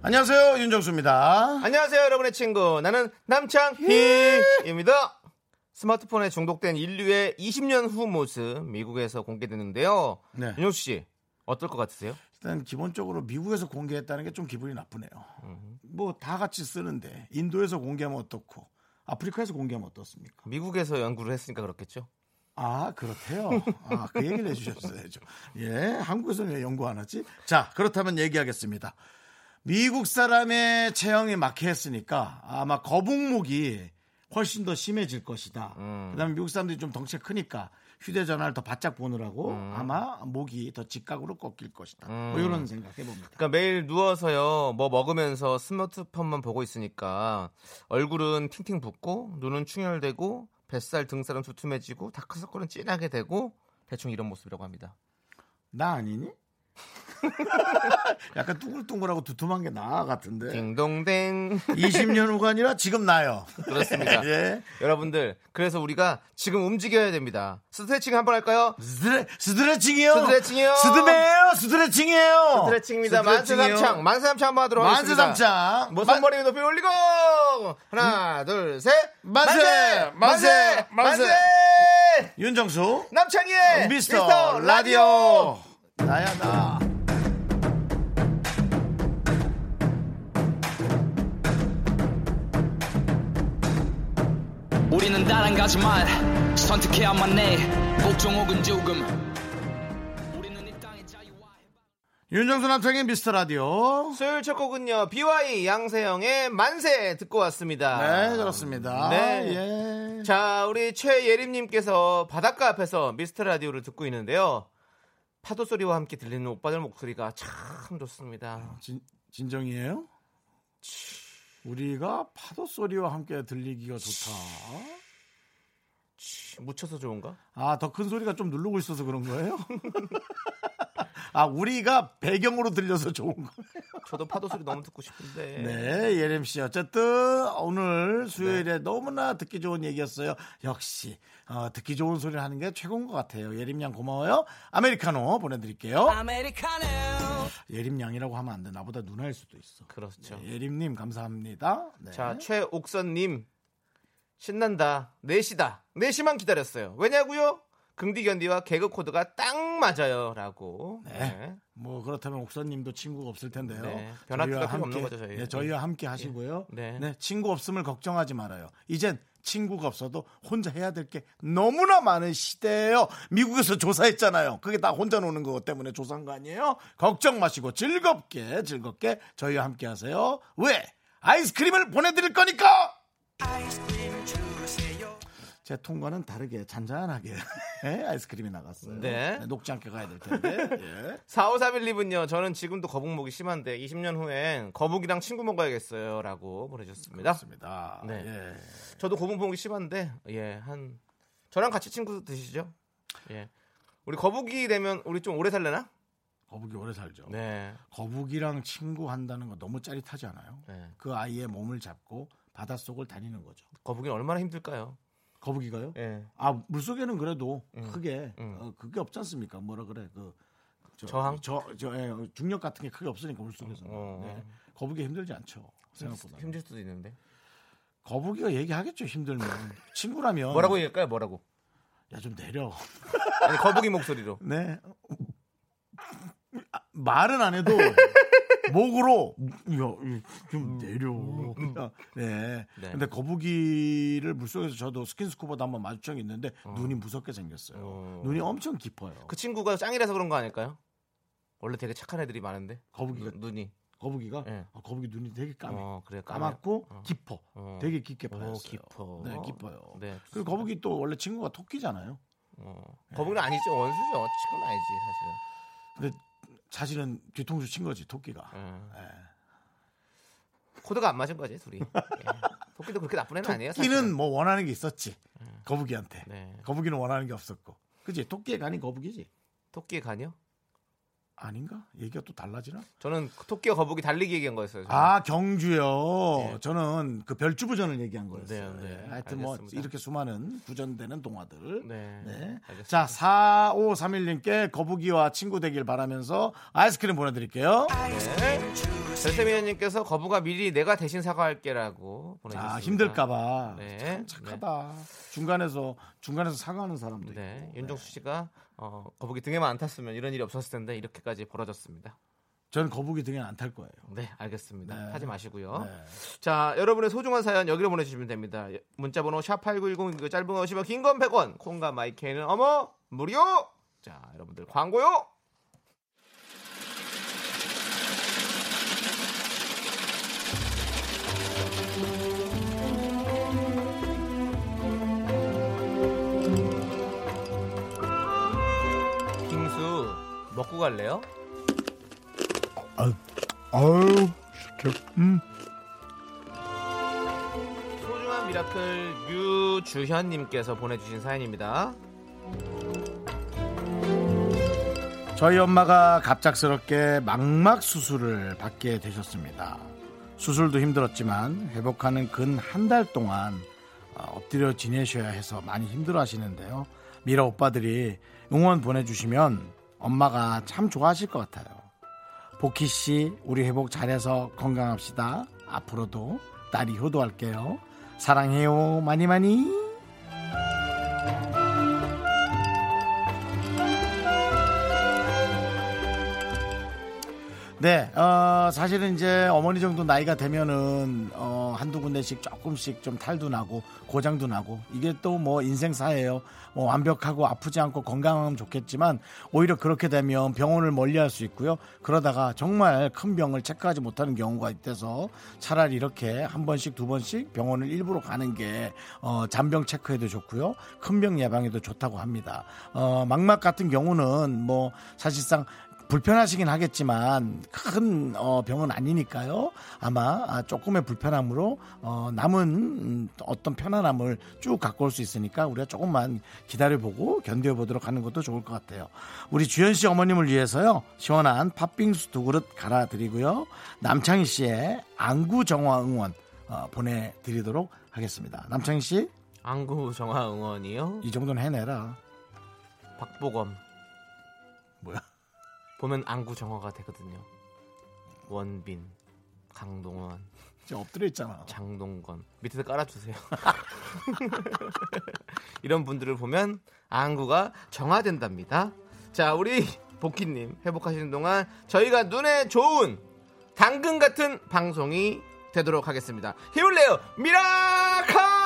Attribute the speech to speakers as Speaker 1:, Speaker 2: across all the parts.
Speaker 1: 안녕하세요 윤정수입니다.
Speaker 2: 안녕하세요, 여러분의 친구. 나는 남창희입니다. 스마트폰에 중독된 인류의 20년 후 모습 미국에서 공개됐는데요.
Speaker 1: 네.
Speaker 2: 윤혁 씨, 어떨 것 같으세요?
Speaker 1: 일단 기본적으로 미국에서 공개했다는 게 좀 기분이 나쁘네요. 뭐 다 같이 쓰는데 인도에서 공개하면 어떻고 아프리카에서 공개하면 어떻습니까?
Speaker 2: 미국에서 연구를 했으니까 그렇겠죠.
Speaker 1: 아 그렇대요. 아 그 얘기를 해주셨어야죠. 예, 한국에서는 왜 연구 안 하지? 자 그렇다면 얘기하겠습니다. 미국 사람의 체형에 맞게 했으니까 아마 거북목이 훨씬 더 심해질 것이다. 그다음에 미국 사람들이 좀 덩치가 크니까 휴대전화를 더 바짝 보느라고
Speaker 2: 음.
Speaker 1: 아마 목이 더 직각으로 꺾일 것이다. 뭐 이런 생각 해봅니다.
Speaker 2: 그러니까 매일 누워서요, 뭐 먹으면서 스마트폰만 보고 있으니까 얼굴은 팅팅 붓고 눈은 충혈되고 뱃살 등살은 두툼해지고 다크서클은 진하게 되고 대충 이런 모습이라고 합니다.
Speaker 1: 나 아니니? 약간 둥글둥글하고 두툼한 게 나 같은데.
Speaker 2: 딩동댕.
Speaker 1: 20년 후가 아니라 지금 나요.
Speaker 2: 그렇습니다.
Speaker 1: 예.
Speaker 2: 여러분들, 그래서 우리가 지금 움직여야 됩니다. 스트레칭 한번 할까요?
Speaker 1: 스트레, 스트레칭이요.
Speaker 2: 스트레칭이요.
Speaker 1: 스드메요. 스트레칭이에요.
Speaker 2: 스트레칭입니다.
Speaker 1: 스트레칭이요.
Speaker 2: 만세삼창, 만세삼창 한번 하도록 하겠습니다.
Speaker 1: 만세삼창. 음?
Speaker 2: 뭐 손머리 높이 올리고 하나, 둘, 셋.
Speaker 1: 만세!
Speaker 2: 만세!
Speaker 1: 만세!
Speaker 2: 만세! 음.
Speaker 1: 윤정수.
Speaker 2: 남창희의
Speaker 1: 어, 미스터,
Speaker 2: 미스터 라디오.
Speaker 1: 라디오. 나야 나.
Speaker 3: 우리는 따라가지 말 선택해야만 해 복종 혹은 죽음 우리는 이 땅의 자유와
Speaker 1: 윤정수 남창의 미스터 라디오.
Speaker 2: 수요일 첫 곡은요. BY 양세형의 만세 듣고 왔습니다.
Speaker 1: 네, 그렇습니다.
Speaker 2: 아. 네.
Speaker 1: 예.
Speaker 2: 자, 우리 최예림님께서 바닷가 앞에서 미스터 라디오를 듣고 있는데요. 파도 소리와 함께 들리는 오빠들 목소리가 참 좋습니다.
Speaker 1: 진, 진정이에요? 우리가 파도 소리와 함께 들리기가 좋다.
Speaker 2: 묻혀서 좋은가?
Speaker 1: 아, 더 큰 소리가 좀 누르고 있어서 그런 거예요? 아, 우리가 배경으로 들려서 좋은 거예요.
Speaker 2: 저도 파도 소리 너무 듣고 싶은데.
Speaker 1: 네, 예림 씨. 어쨌든 오늘 수요일에 너무나 듣기 좋은 얘기였어요. 역시 어, 듣기 좋은 소리를 하는 게 최고인 것 같아요. 예림 양 고마워요. 아메리카노 보내드릴게요.
Speaker 3: 아메리카노
Speaker 1: 예림 양이라고 하면 안 돼. 나보다 누나일 수도 있어.
Speaker 2: 그렇죠.
Speaker 1: 네, 예림님 감사합니다. 네.
Speaker 2: 자, 최옥선님. 신난다. 4시다. 4시만 기다렸어요. 왜냐고요? 긍디견디와 개그 코드가 딱 맞아요. 라고. 네.
Speaker 1: 뭐 그렇다면 옥선님도 친구가 없을 텐데요.
Speaker 2: 네,
Speaker 1: 저희와
Speaker 2: 변할 필요가 없는
Speaker 1: 함께,
Speaker 2: 거죠, 저희. 예.
Speaker 1: 네, 저희와 함께 하시고요.
Speaker 2: 네.
Speaker 1: 네. 친구 없음을 걱정하지 말아요. 이젠 친구가 없어도 혼자 해야 될 게 너무나 많은 시대예요. 미국에서 조사했잖아요. 그게 다 혼자 노는 것 때문에 조사한 거 아니에요? 걱정 마시고 즐겁게 즐겁게 저희와 함께 하세요. 왜? 아이스크림을 보내드릴 거니까. 제 통과는 다르게 잔잔하게 예, 아이스크림이 나갔어요.
Speaker 2: 네.
Speaker 1: 녹지 않게 가야 될 텐데. 예.
Speaker 2: 4531님은요, 저는 지금도 거북목이 심한데, 20년 후엔 거북이랑 친구 먹어야겠어요. 라고 보내주셨습니다.
Speaker 1: 그렇습니다.
Speaker 2: 네.
Speaker 1: 예.
Speaker 2: 저도 거북목이 심한데, 예, 한, 저랑 같이 친구 드시죠? 예. 우리 거북이 되면 우리 좀 오래 살려나?
Speaker 1: 거북이 오래 살죠.
Speaker 2: 네.
Speaker 1: 거북이랑 친구 한다는 거 너무 짜릿하지 않아요?
Speaker 2: 네.
Speaker 1: 그 아이의 몸을 잡고 바닷속을 다니는 거죠.
Speaker 2: 거북이는 얼마나 힘들까요?
Speaker 1: 거북이가요?
Speaker 2: 예.
Speaker 1: 아 물속에는 그래도 크게
Speaker 2: 음.
Speaker 1: 어, 그게 없지 않습니까? 뭐라 그래 그 저,
Speaker 2: 저항?
Speaker 1: 저, 저, 예, 어, 중력 같은 게 크게 없으니까 물속에서
Speaker 2: 어.
Speaker 1: 는 네. 거북이 힘들지 않죠 생각보다
Speaker 2: 힘들 수도 있는데.
Speaker 1: 거북이가 얘기하겠죠 힘들면 친구라면
Speaker 2: 뭐라고 얘기할까요? 뭐라고?
Speaker 1: 야좀 내려
Speaker 2: 아니, 거북이 목소리로.
Speaker 1: 네. 아, 말은 안 해도 목으로 야, 좀 내려. 네.
Speaker 2: 음, 네.
Speaker 1: 근데 거북이를 물속에서 저도 스킨스쿠버도 한번 마주친 게 있는데 눈이 무섭게 생겼어요.
Speaker 2: 어.
Speaker 1: 눈이 엄청 깊어요.
Speaker 2: 그 친구가 짱이라서 그런 거 아닐까요? 원래 되게 착한 애들이 많은데.
Speaker 1: 거북이가
Speaker 2: 눈- 눈이.
Speaker 1: 거북이가
Speaker 2: 그 예.
Speaker 1: 아, 거북이 눈이 되게 까매.
Speaker 2: 어, 그래. 까맣고.
Speaker 1: 까맣고
Speaker 2: 어.
Speaker 1: 깊어.
Speaker 2: 어.
Speaker 1: 되게 깊게
Speaker 2: 오,
Speaker 1: 봐요.
Speaker 2: 깊어.
Speaker 1: 네, 깊어요. 네.
Speaker 2: 네, 좋습니다.
Speaker 1: 그 거북이 또 원래 친구가 토끼잖아요.
Speaker 2: 어. 거북이는 아니죠. 원수죠. 친구는 아니지, 사실은. 어.
Speaker 1: 예. 근데 사실은 뒤통수 친 거지 토끼가.
Speaker 2: 예. 코드가 안 맞은 거지 둘이. 예. 토끼도 그렇게 나쁜 애는 아니에요.
Speaker 1: 끼는
Speaker 2: 사실은. 음.
Speaker 1: 뭐 원하는 게 있었지. 거북이한테.
Speaker 2: 네.
Speaker 1: 거북이는 원하는 게 없었고. 그지? 토끼의 간이 거북이지.
Speaker 2: 토끼의 간이요?
Speaker 1: 아닌가? 얘기가 또 달라지나?
Speaker 2: 저는 토끼와 거북이 달리기 얘기한 거였어요. 저는.
Speaker 1: 아 경주요. 저는 그 별주부전을 얘기한 거였어요.
Speaker 2: 네, 네.
Speaker 1: 예, 하여튼 뭐
Speaker 2: 알겠습니다.
Speaker 1: 이렇게 수많은 구전되는 동화들.
Speaker 2: 네.
Speaker 1: 네.
Speaker 2: 알겠습니다.
Speaker 1: 자 4531님께 거북이와 친구 되길 바라면서 아이스크림 보내드릴게요.
Speaker 2: 절세미녀님께서 거부가 미리 내가 대신 사과할게라고 보내주셨습니다.
Speaker 1: 아 힘들까봐
Speaker 2: 네.
Speaker 1: 참 착하다. 중간에서 중간에서 사과하는 사람도
Speaker 2: 네,
Speaker 1: 있고.
Speaker 2: 윤정수 씨가 어, 거북이 등에만 안 탔으면 이런 일이 없었을 텐데 이렇게까지 벌어졌습니다.
Speaker 1: 저는 거북이 등에 안 탈 거예요.
Speaker 2: 네, 알겠습니다.
Speaker 1: 네.
Speaker 2: 하지 마시고요.
Speaker 1: 네.
Speaker 2: 자, 여러분의 소중한 사연 여기로 보내주시면 됩니다. 문자번호 샵 #8910 이거 짧은 거 50원, 긴건 100원. 콩과 마이크는 어머 무료. 자, 여러분들 광고요. 김수 먹고 갈래요? 소중한 미라클 유주현님께서 보내주신 사연입니다.
Speaker 1: 저희 엄마가 갑작스럽게 망막 수술을 받게 되셨습니다. 수술도 힘들었지만 회복하는 근 한 달 동안 어, 엎드려 지내셔야 해서 많이 힘들어 하시는데요. 미라 오빠들이 응원 보내주시면 엄마가 참 좋아하실 것 같아요. 보키 씨, 우리 회복 잘해서 건강합시다. 앞으로도 딸이 효도할게요. 사랑해요. 많이 많이. 네, 어, 사실은 이제 어머니 정도 나이가 되면은 어, 한두 군데씩 조금씩 좀 탈도 나고 고장도 나고 이게 또 뭐 인생사예요. 뭐 완벽하고 아프지 않고 건강하면 좋겠지만 오히려 그렇게 되면 병원을 멀리할 수 있고요. 그러다가 정말 큰 병을 체크하지 못하는 경우가 있대서 차라리 이렇게 한 번씩 두 번씩 병원을 일부러 가는 게 어, 잔병 체크에도 좋고요. 큰 병 예방에도 좋다고 합니다. 어, 막막 같은 경우는 뭐 사실상 불편하시긴 하겠지만 큰 어, 병은 아니니까요. 아마 아, 조금의 불편함으로 어, 남은 음, 어떤 편안함을 쭉 갖고 올 수 있으니까 우리가 조금만 기다려보고 견뎌보도록 하는 것도 좋을 것 같아요. 우리 주현 씨 어머님을 위해서요. 시원한 팥빙수 두 그릇 갈아드리고요. 남창희 씨의 안구정화 응원 어, 보내드리도록 하겠습니다. 남창희 씨 이
Speaker 2: 안구 정화 응원이요.
Speaker 1: 정도는 해내라.
Speaker 2: 박보검
Speaker 1: 뭐야?
Speaker 2: 보면 안구 정화가 되거든요. 원빈, 강동원,
Speaker 1: 지금 엎드려 있잖아.
Speaker 2: 장동건 밑에서 깔아주세요. 이런 분들을 보면 안구가 정화된답니다. 자, 우리 복희님 회복하시는 동안 저희가 눈에 좋은 당근 같은 방송이 되도록 하겠습니다. 힘을 내요, 미라카!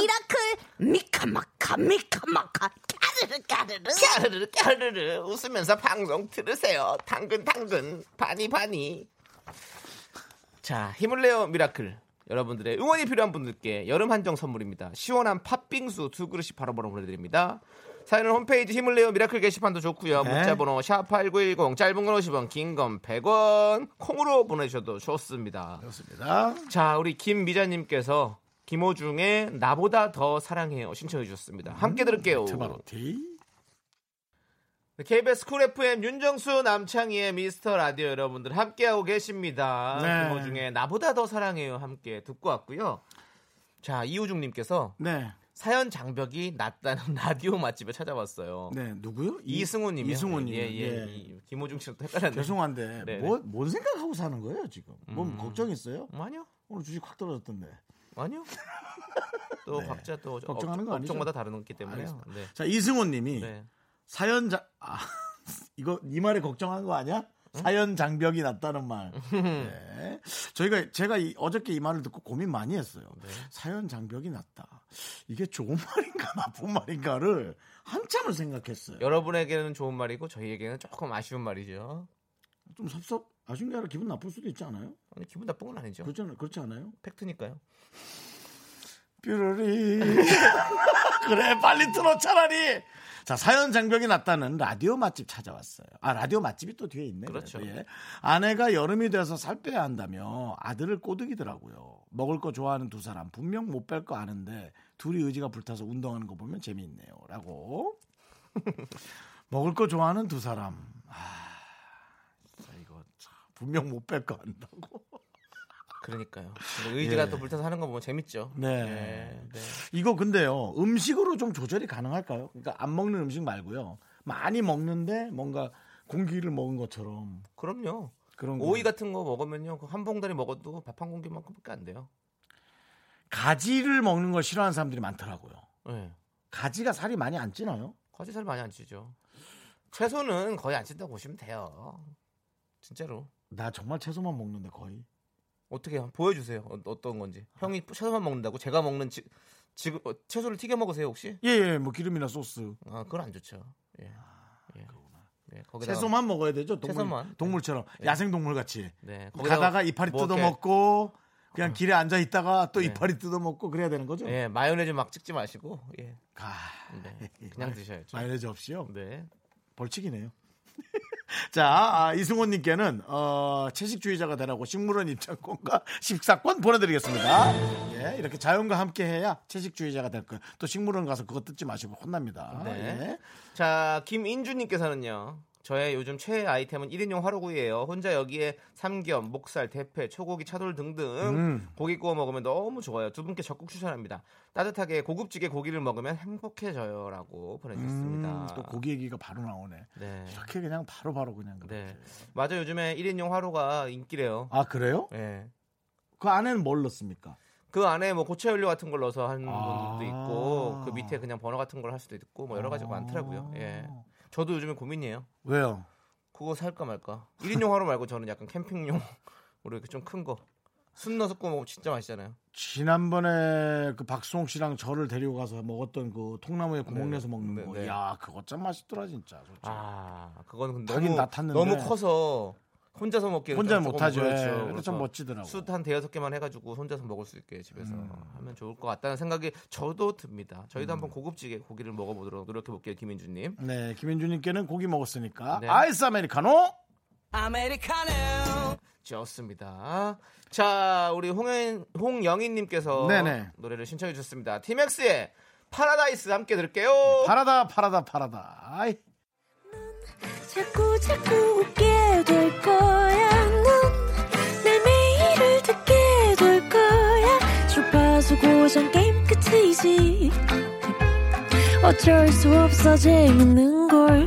Speaker 4: 미라클 미카마카 미카마카 까르르 까르르
Speaker 2: 까르르 까르르 웃으면서 방송 들으세요. 당근 당근 바니 바니. 자 힘을 내요 미라클 여러분들의 응원이 필요한 분들께 여름 한정 선물입니다. 시원한 팥빙수 두 그릇씩 바로바로 보내드립니다. 사연은 홈페이지 힘을 내요 미라클 게시판도 좋고요.
Speaker 1: 네.
Speaker 2: 문자번호 샵8910 짧은 건 50원 긴 건 100원 콩으로 보내주셔도 좋습니다.
Speaker 1: 그렇습니다.
Speaker 2: 자 우리 김미자님께서 김호중의 나보다 더 사랑해요 신청해 주셨습니다. 함께 들을게요.
Speaker 1: 트바로티.
Speaker 2: KBS 쿨 FM 윤정수 남창희의 미스터 라디오 여러분들 함께하고 계십니다.
Speaker 1: 네.
Speaker 2: 그거 중에 나보다 더 사랑해요 함께 듣고 왔고요. 자 이우중님께서
Speaker 1: 네.
Speaker 2: 사연 장벽이 낮다는 라디오 맛집에 찾아왔어요.
Speaker 1: 네, 누구요? 이-
Speaker 2: 이승우님,
Speaker 1: 이승우님.
Speaker 2: 예, 예. 이- 김호중 씨도 헷갈렸네.
Speaker 1: 죄송한데
Speaker 2: 네,
Speaker 1: 뭐, 뭔 생각하고 사는 거예요 지금? 뭔 걱정 있어요?
Speaker 2: 음, 아니요,
Speaker 1: 오늘 주식 확 떨어졌던데.
Speaker 2: 아니요. 또 각자 또
Speaker 1: 네.
Speaker 2: 어,
Speaker 1: 걱정하는 거
Speaker 2: 업-
Speaker 1: 아니죠?
Speaker 2: 업종마다 다르기 때문에요.
Speaker 1: 알겠습니다.
Speaker 2: 네.
Speaker 1: 자 이승호님이
Speaker 2: 네.
Speaker 1: 사연자 아, 이거 이 말에 걱정한 거 아니야? 사연 장벽이 났다는 말. 네. 저희가 제가 이- 어저께 이 말을 듣고 고민 많이 했어요.
Speaker 2: 네.
Speaker 1: 사연 장벽이 났다. 이게 좋은 말인가 나쁜 말인가를 한참을 생각했어요.
Speaker 2: 여러분에게는 좋은 말이고 저희에게는 조금 아쉬운 말이죠.
Speaker 1: 좀 섭섭 아쉬운 게 아니라 기분 나쁠 수도 있지 않아요?
Speaker 2: 아니, 기분 나쁜 건 아니죠.
Speaker 1: 그렇죠. 그렇지 않아요? 그렇지 않아요?
Speaker 2: 팩트니까요.
Speaker 1: 뾰로리 그래 빨리 틀어 차라리. 자 사연 장벽이 났다는 라디오 맛집 찾아왔어요. 아 라디오 맛집이 또 뒤에 있네.
Speaker 2: 그렇죠.
Speaker 1: 그래도, 예. 아내가 여름이 돼서 살 빼야 한다며 아들을 꼬드기더라고요. 먹을 거 좋아하는 두 사람 분명 못 뺄 거 아는데 둘이 의지가 불타서 운동하는 거 보면 재미있네요.라고 먹을 거 좋아하는 두 사람. 아, 진짜 이거 참 분명 못 뺄 거 안다고.
Speaker 2: 그러니까요. 근데 의지가
Speaker 1: 예.
Speaker 2: 또 불타서 하는 거 보면 재밌죠.
Speaker 1: 네.
Speaker 2: 예, 네.
Speaker 1: 이거 근데요 음식으로 좀 조절이 가능할까요? 그러니까 안 먹는 음식 말고요 많이 먹는데 뭔가 공기를 먹은 것처럼
Speaker 2: 그럼요.
Speaker 1: 그런 거.
Speaker 2: 오이 같은 거 먹으면요. 그한 봉다리 먹어도 밥 한 공기만큼밖에 안 돼요.
Speaker 1: 가지를 먹는 걸 싫어하는 사람들이 많더라고요.
Speaker 2: 예. 가지
Speaker 1: 가지가 살이 많이 안 찌나요?
Speaker 2: 거짓살 많이 안 찌죠. 채소는 거의 안 찐다고 보시면 돼요. 진짜로.
Speaker 1: 나 정말 채소만 먹는데 거의
Speaker 2: 어떻게 해요? 보여주세요. 어, 떤 건지. 형이 채소만 먹는다고 제가 먹는 지, 지금 어, 채소를 튀겨 먹으세요 혹시?
Speaker 1: 예예 뭐 기름이나 소스
Speaker 2: 아 그건 안 좋죠. 예. 예. 예, 거기다가-
Speaker 1: 아, 채소만 먹어야 되죠 동물
Speaker 2: 채소만.
Speaker 1: 동물처럼 야생 동물 같이
Speaker 2: 네. 거기다가
Speaker 1: 가다가 이파리
Speaker 2: 뭐
Speaker 1: 뜯어
Speaker 2: 이렇게- 어.
Speaker 1: 먹고 그냥 길에 앉아 있다가 또
Speaker 2: 네.
Speaker 1: 이파리 뜯어 먹고 그래야 되는 거죠?
Speaker 2: 예, 마요네즈 막 찍지 마시고. 예.
Speaker 1: 가 아,
Speaker 2: 네.
Speaker 1: 예.
Speaker 2: 그냥 드셔야죠.
Speaker 1: 마요네즈 없이요?
Speaker 2: 네.
Speaker 1: 벌칙이네요. 자, 아, 이승호님께는 어, 채식주의자가 되라고 식물원 입장권과 식사권 보내드리겠습니다. 예, 이렇게 자연과 함께해야 채식주의자가 될 거예요. 또 식물원 가서 그거 뜯지 마시고 혼납니다. 예.
Speaker 2: 네. 자, 김인주님께서는요. 저의 요즘 최애 아이템은 1인용 화로구이예요. 혼자 여기에 삼겹, 목살, 대패, 초고기, 차돌 등등
Speaker 1: 음.
Speaker 2: 고기 구워 먹으면 너무 좋아요. 두 분께 적극 추천합니다. 따뜻하게 고급지게 고기를 먹으면 행복해져요라고 보내주셨습니다.
Speaker 1: 음, 또 고기 얘기가 바로 나오네.
Speaker 2: 네.
Speaker 1: 이렇게 그냥 바로바로 그냥 그렇게.
Speaker 2: 네. 맞아 요즘에 1인용 화로가 인기래요.
Speaker 1: 아 그래요?
Speaker 2: 예.
Speaker 1: 그 안에는 뭘 넣습니까?
Speaker 2: 그 안에 뭐 고체 연료 같은 걸 넣어서 하는
Speaker 1: 아.
Speaker 2: 분들도 있고 그 밑에 그냥 버너 같은 걸 할 수도 있고 뭐 여러 가지가 많더라고요. 예. 저도 요즘에 고민이에요.
Speaker 1: 아. 왜요?
Speaker 2: 그거 살까 말까. 1인용 화로 말고 저는 약간 캠핑용으로 이렇게 좀 큰 거. 순 넣어서 구워 먹으면 진짜 맛있잖아요.
Speaker 1: 지난번에 그 박수홍 씨랑 저를 데리고 가서 먹었던 그 통나무에 구멍
Speaker 2: 네.
Speaker 1: 내서 먹는 거,
Speaker 2: 네, 네.
Speaker 1: 야 그거 참 맛있더라 진짜. 솔직히.
Speaker 2: 아, 그거는 근데
Speaker 1: 당연히
Speaker 2: 너무
Speaker 1: 나탔는데.
Speaker 2: 너무 커서 혼자서 먹기
Speaker 1: 혼자 못하죠. 예, 그거 참 멋지더라고.
Speaker 2: 그렇죠.
Speaker 1: 음.
Speaker 2: 숯한 대여섯 개만 해가지고 혼자서 먹을 수 있게 집에서 하면 좋을 것 같다는 생각이 저도 듭니다. 저희도 한번 고급지게 고기를 먹어보도록 노력해 볼게요, 김인주님.
Speaker 1: 네, 김현주님께는 고기 먹었으니까
Speaker 2: 네.
Speaker 1: 아이스 아메리카노.
Speaker 2: 좋습니다. 자, 우리 홍영, 홍영희님께서
Speaker 1: 네네.
Speaker 2: 노래를 신청해 주셨습니다. 티맥스의 파라다이스 함께 들을게요.
Speaker 1: 파라다 파라다 파라다. 아이,
Speaker 5: 자꾸 자꾸 웃게 될 거야. 넌내 매일을 듣게 될 거야. 주파수 고정 게임 끝이지. 어쩔 수 없어 재밌는 걸.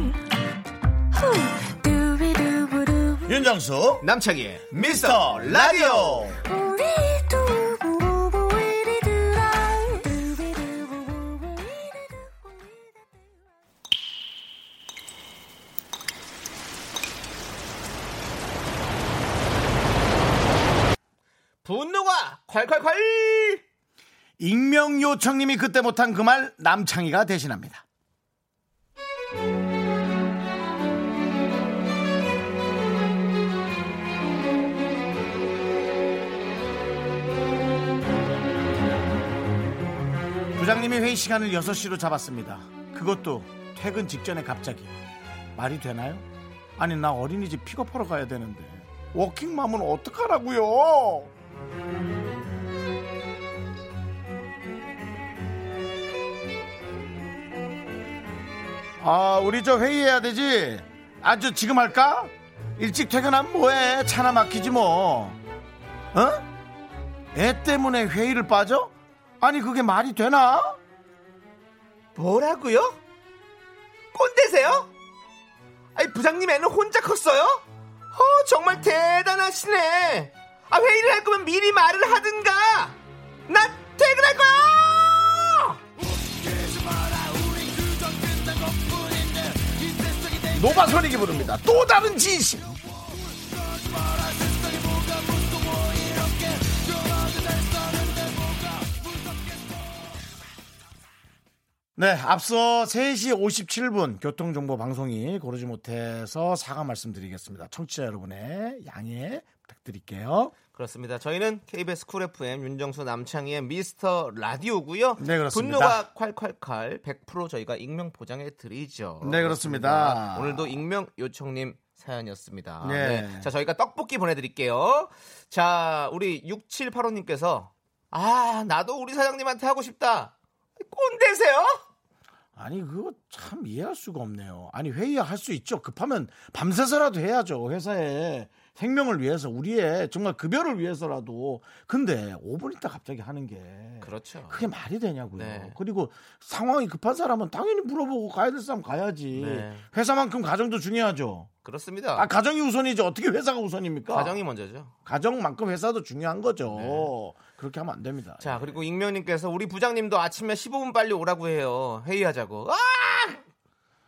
Speaker 5: 후. 두비두부두부.
Speaker 1: 윤정수
Speaker 2: 남창희의
Speaker 1: 미스터 라디오.
Speaker 5: 우리 두부부부 우리 두라. 두비두부부부 우리 두부 우리 두부.
Speaker 2: 분노가 콸콸콸!
Speaker 1: 익명 요청님이 그때 못한 그 말 남창희가 대신합니다. 부장님이 회의 시간을 6시로 잡았습니다. 그것도 퇴근 직전에 갑자기. 말이 되나요? 아니 나 어린이집 픽업하러 가야 되는데 워킹맘은 어떡하라고요? 아, 우리 저 회의해야 되지? 아주 지금 할까? 일찍 퇴근하면 뭐해? 차나 막히지 뭐. 어? 애 때문에 회의를 빠져? 아니, 그게 말이 되나?
Speaker 2: 뭐라고요? 꼰대세요? 아니 부장님 애는 혼자 컸어요? 어 정말 대단하시네. 아 회의를 할 거면 미리 말을 하든가. 나 퇴근할 거야.
Speaker 1: 노바소닉이 부릅니다. 또 다른 진심. 네, 앞서 3시 57분 교통정보 방송이 고르지 못해서 사과 말씀드리겠습니다. 청취자 여러분의 양해 부탁드릴게요.
Speaker 2: 그렇습니다. 저희는 KBS 쿨 FM 윤정수 남창희의 미스터 라디오고요.
Speaker 1: 네, 그렇습니다.
Speaker 2: 분노가 콸콸콸 100% 저희가 익명 보장해 드리죠.
Speaker 1: 네, 그렇습니다.
Speaker 2: 오늘도 익명 요청님 사연이었습니다.
Speaker 1: 네.
Speaker 2: 자, 저희가 떡볶이 보내드릴게요. 자, 우리 6785님께서 아, 나도 우리 사장님한테 하고 싶다. 꼰대세요?
Speaker 1: 아니 그거 참 이해할 수가 없네요. 아니 회의할 수 있죠. 급하면 밤새서라도 해야죠. 회사에 생명을 위해서 우리의 정말 급여를 위해서라도. 근데 5분 있다 갑자기 하는 게
Speaker 2: 그렇죠.
Speaker 1: 그게 말이 되냐고요.
Speaker 2: 네.
Speaker 1: 그리고 상황이 급한 사람은 당연히 물어보고 가야 될 사람 가야지.
Speaker 2: 네.
Speaker 1: 회사만큼 가정도 중요하죠.
Speaker 2: 그렇습니다.
Speaker 1: 아 가정이 우선이지 어떻게 회사가 우선입니까?
Speaker 2: 가정이 먼저죠.
Speaker 1: 만큼 회사도 중요한 거죠. 그렇게 하면 안 됩니다.
Speaker 2: 네. 자 그리고 익명님께서 우리 부장님도 아침에 15분 빨리 오라고 해요 회의하자고 아!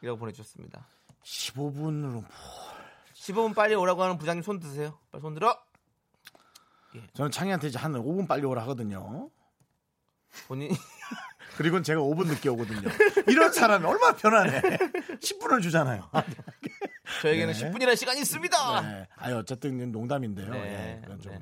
Speaker 2: 이라고 보내주셨습니다
Speaker 1: 15분으로
Speaker 2: 15분 빨리 오라고 하는 부장님 손 드세요 빨리 손 들어
Speaker 1: 저는 창희한테 이제 한 5분 빨리 오라 하거든요.
Speaker 2: 본인
Speaker 1: 그리고 제가 5분 늦게 오거든요. 이런 사람이 얼마나 편하네. 10분을 주잖아요.
Speaker 2: 저에게는
Speaker 1: 네.
Speaker 2: 10분이라는 시간이 있습니다
Speaker 1: 네. 아니 어쨌든 이건 농담인데요.
Speaker 2: 네,
Speaker 1: 예, 그건 좀,
Speaker 2: 네.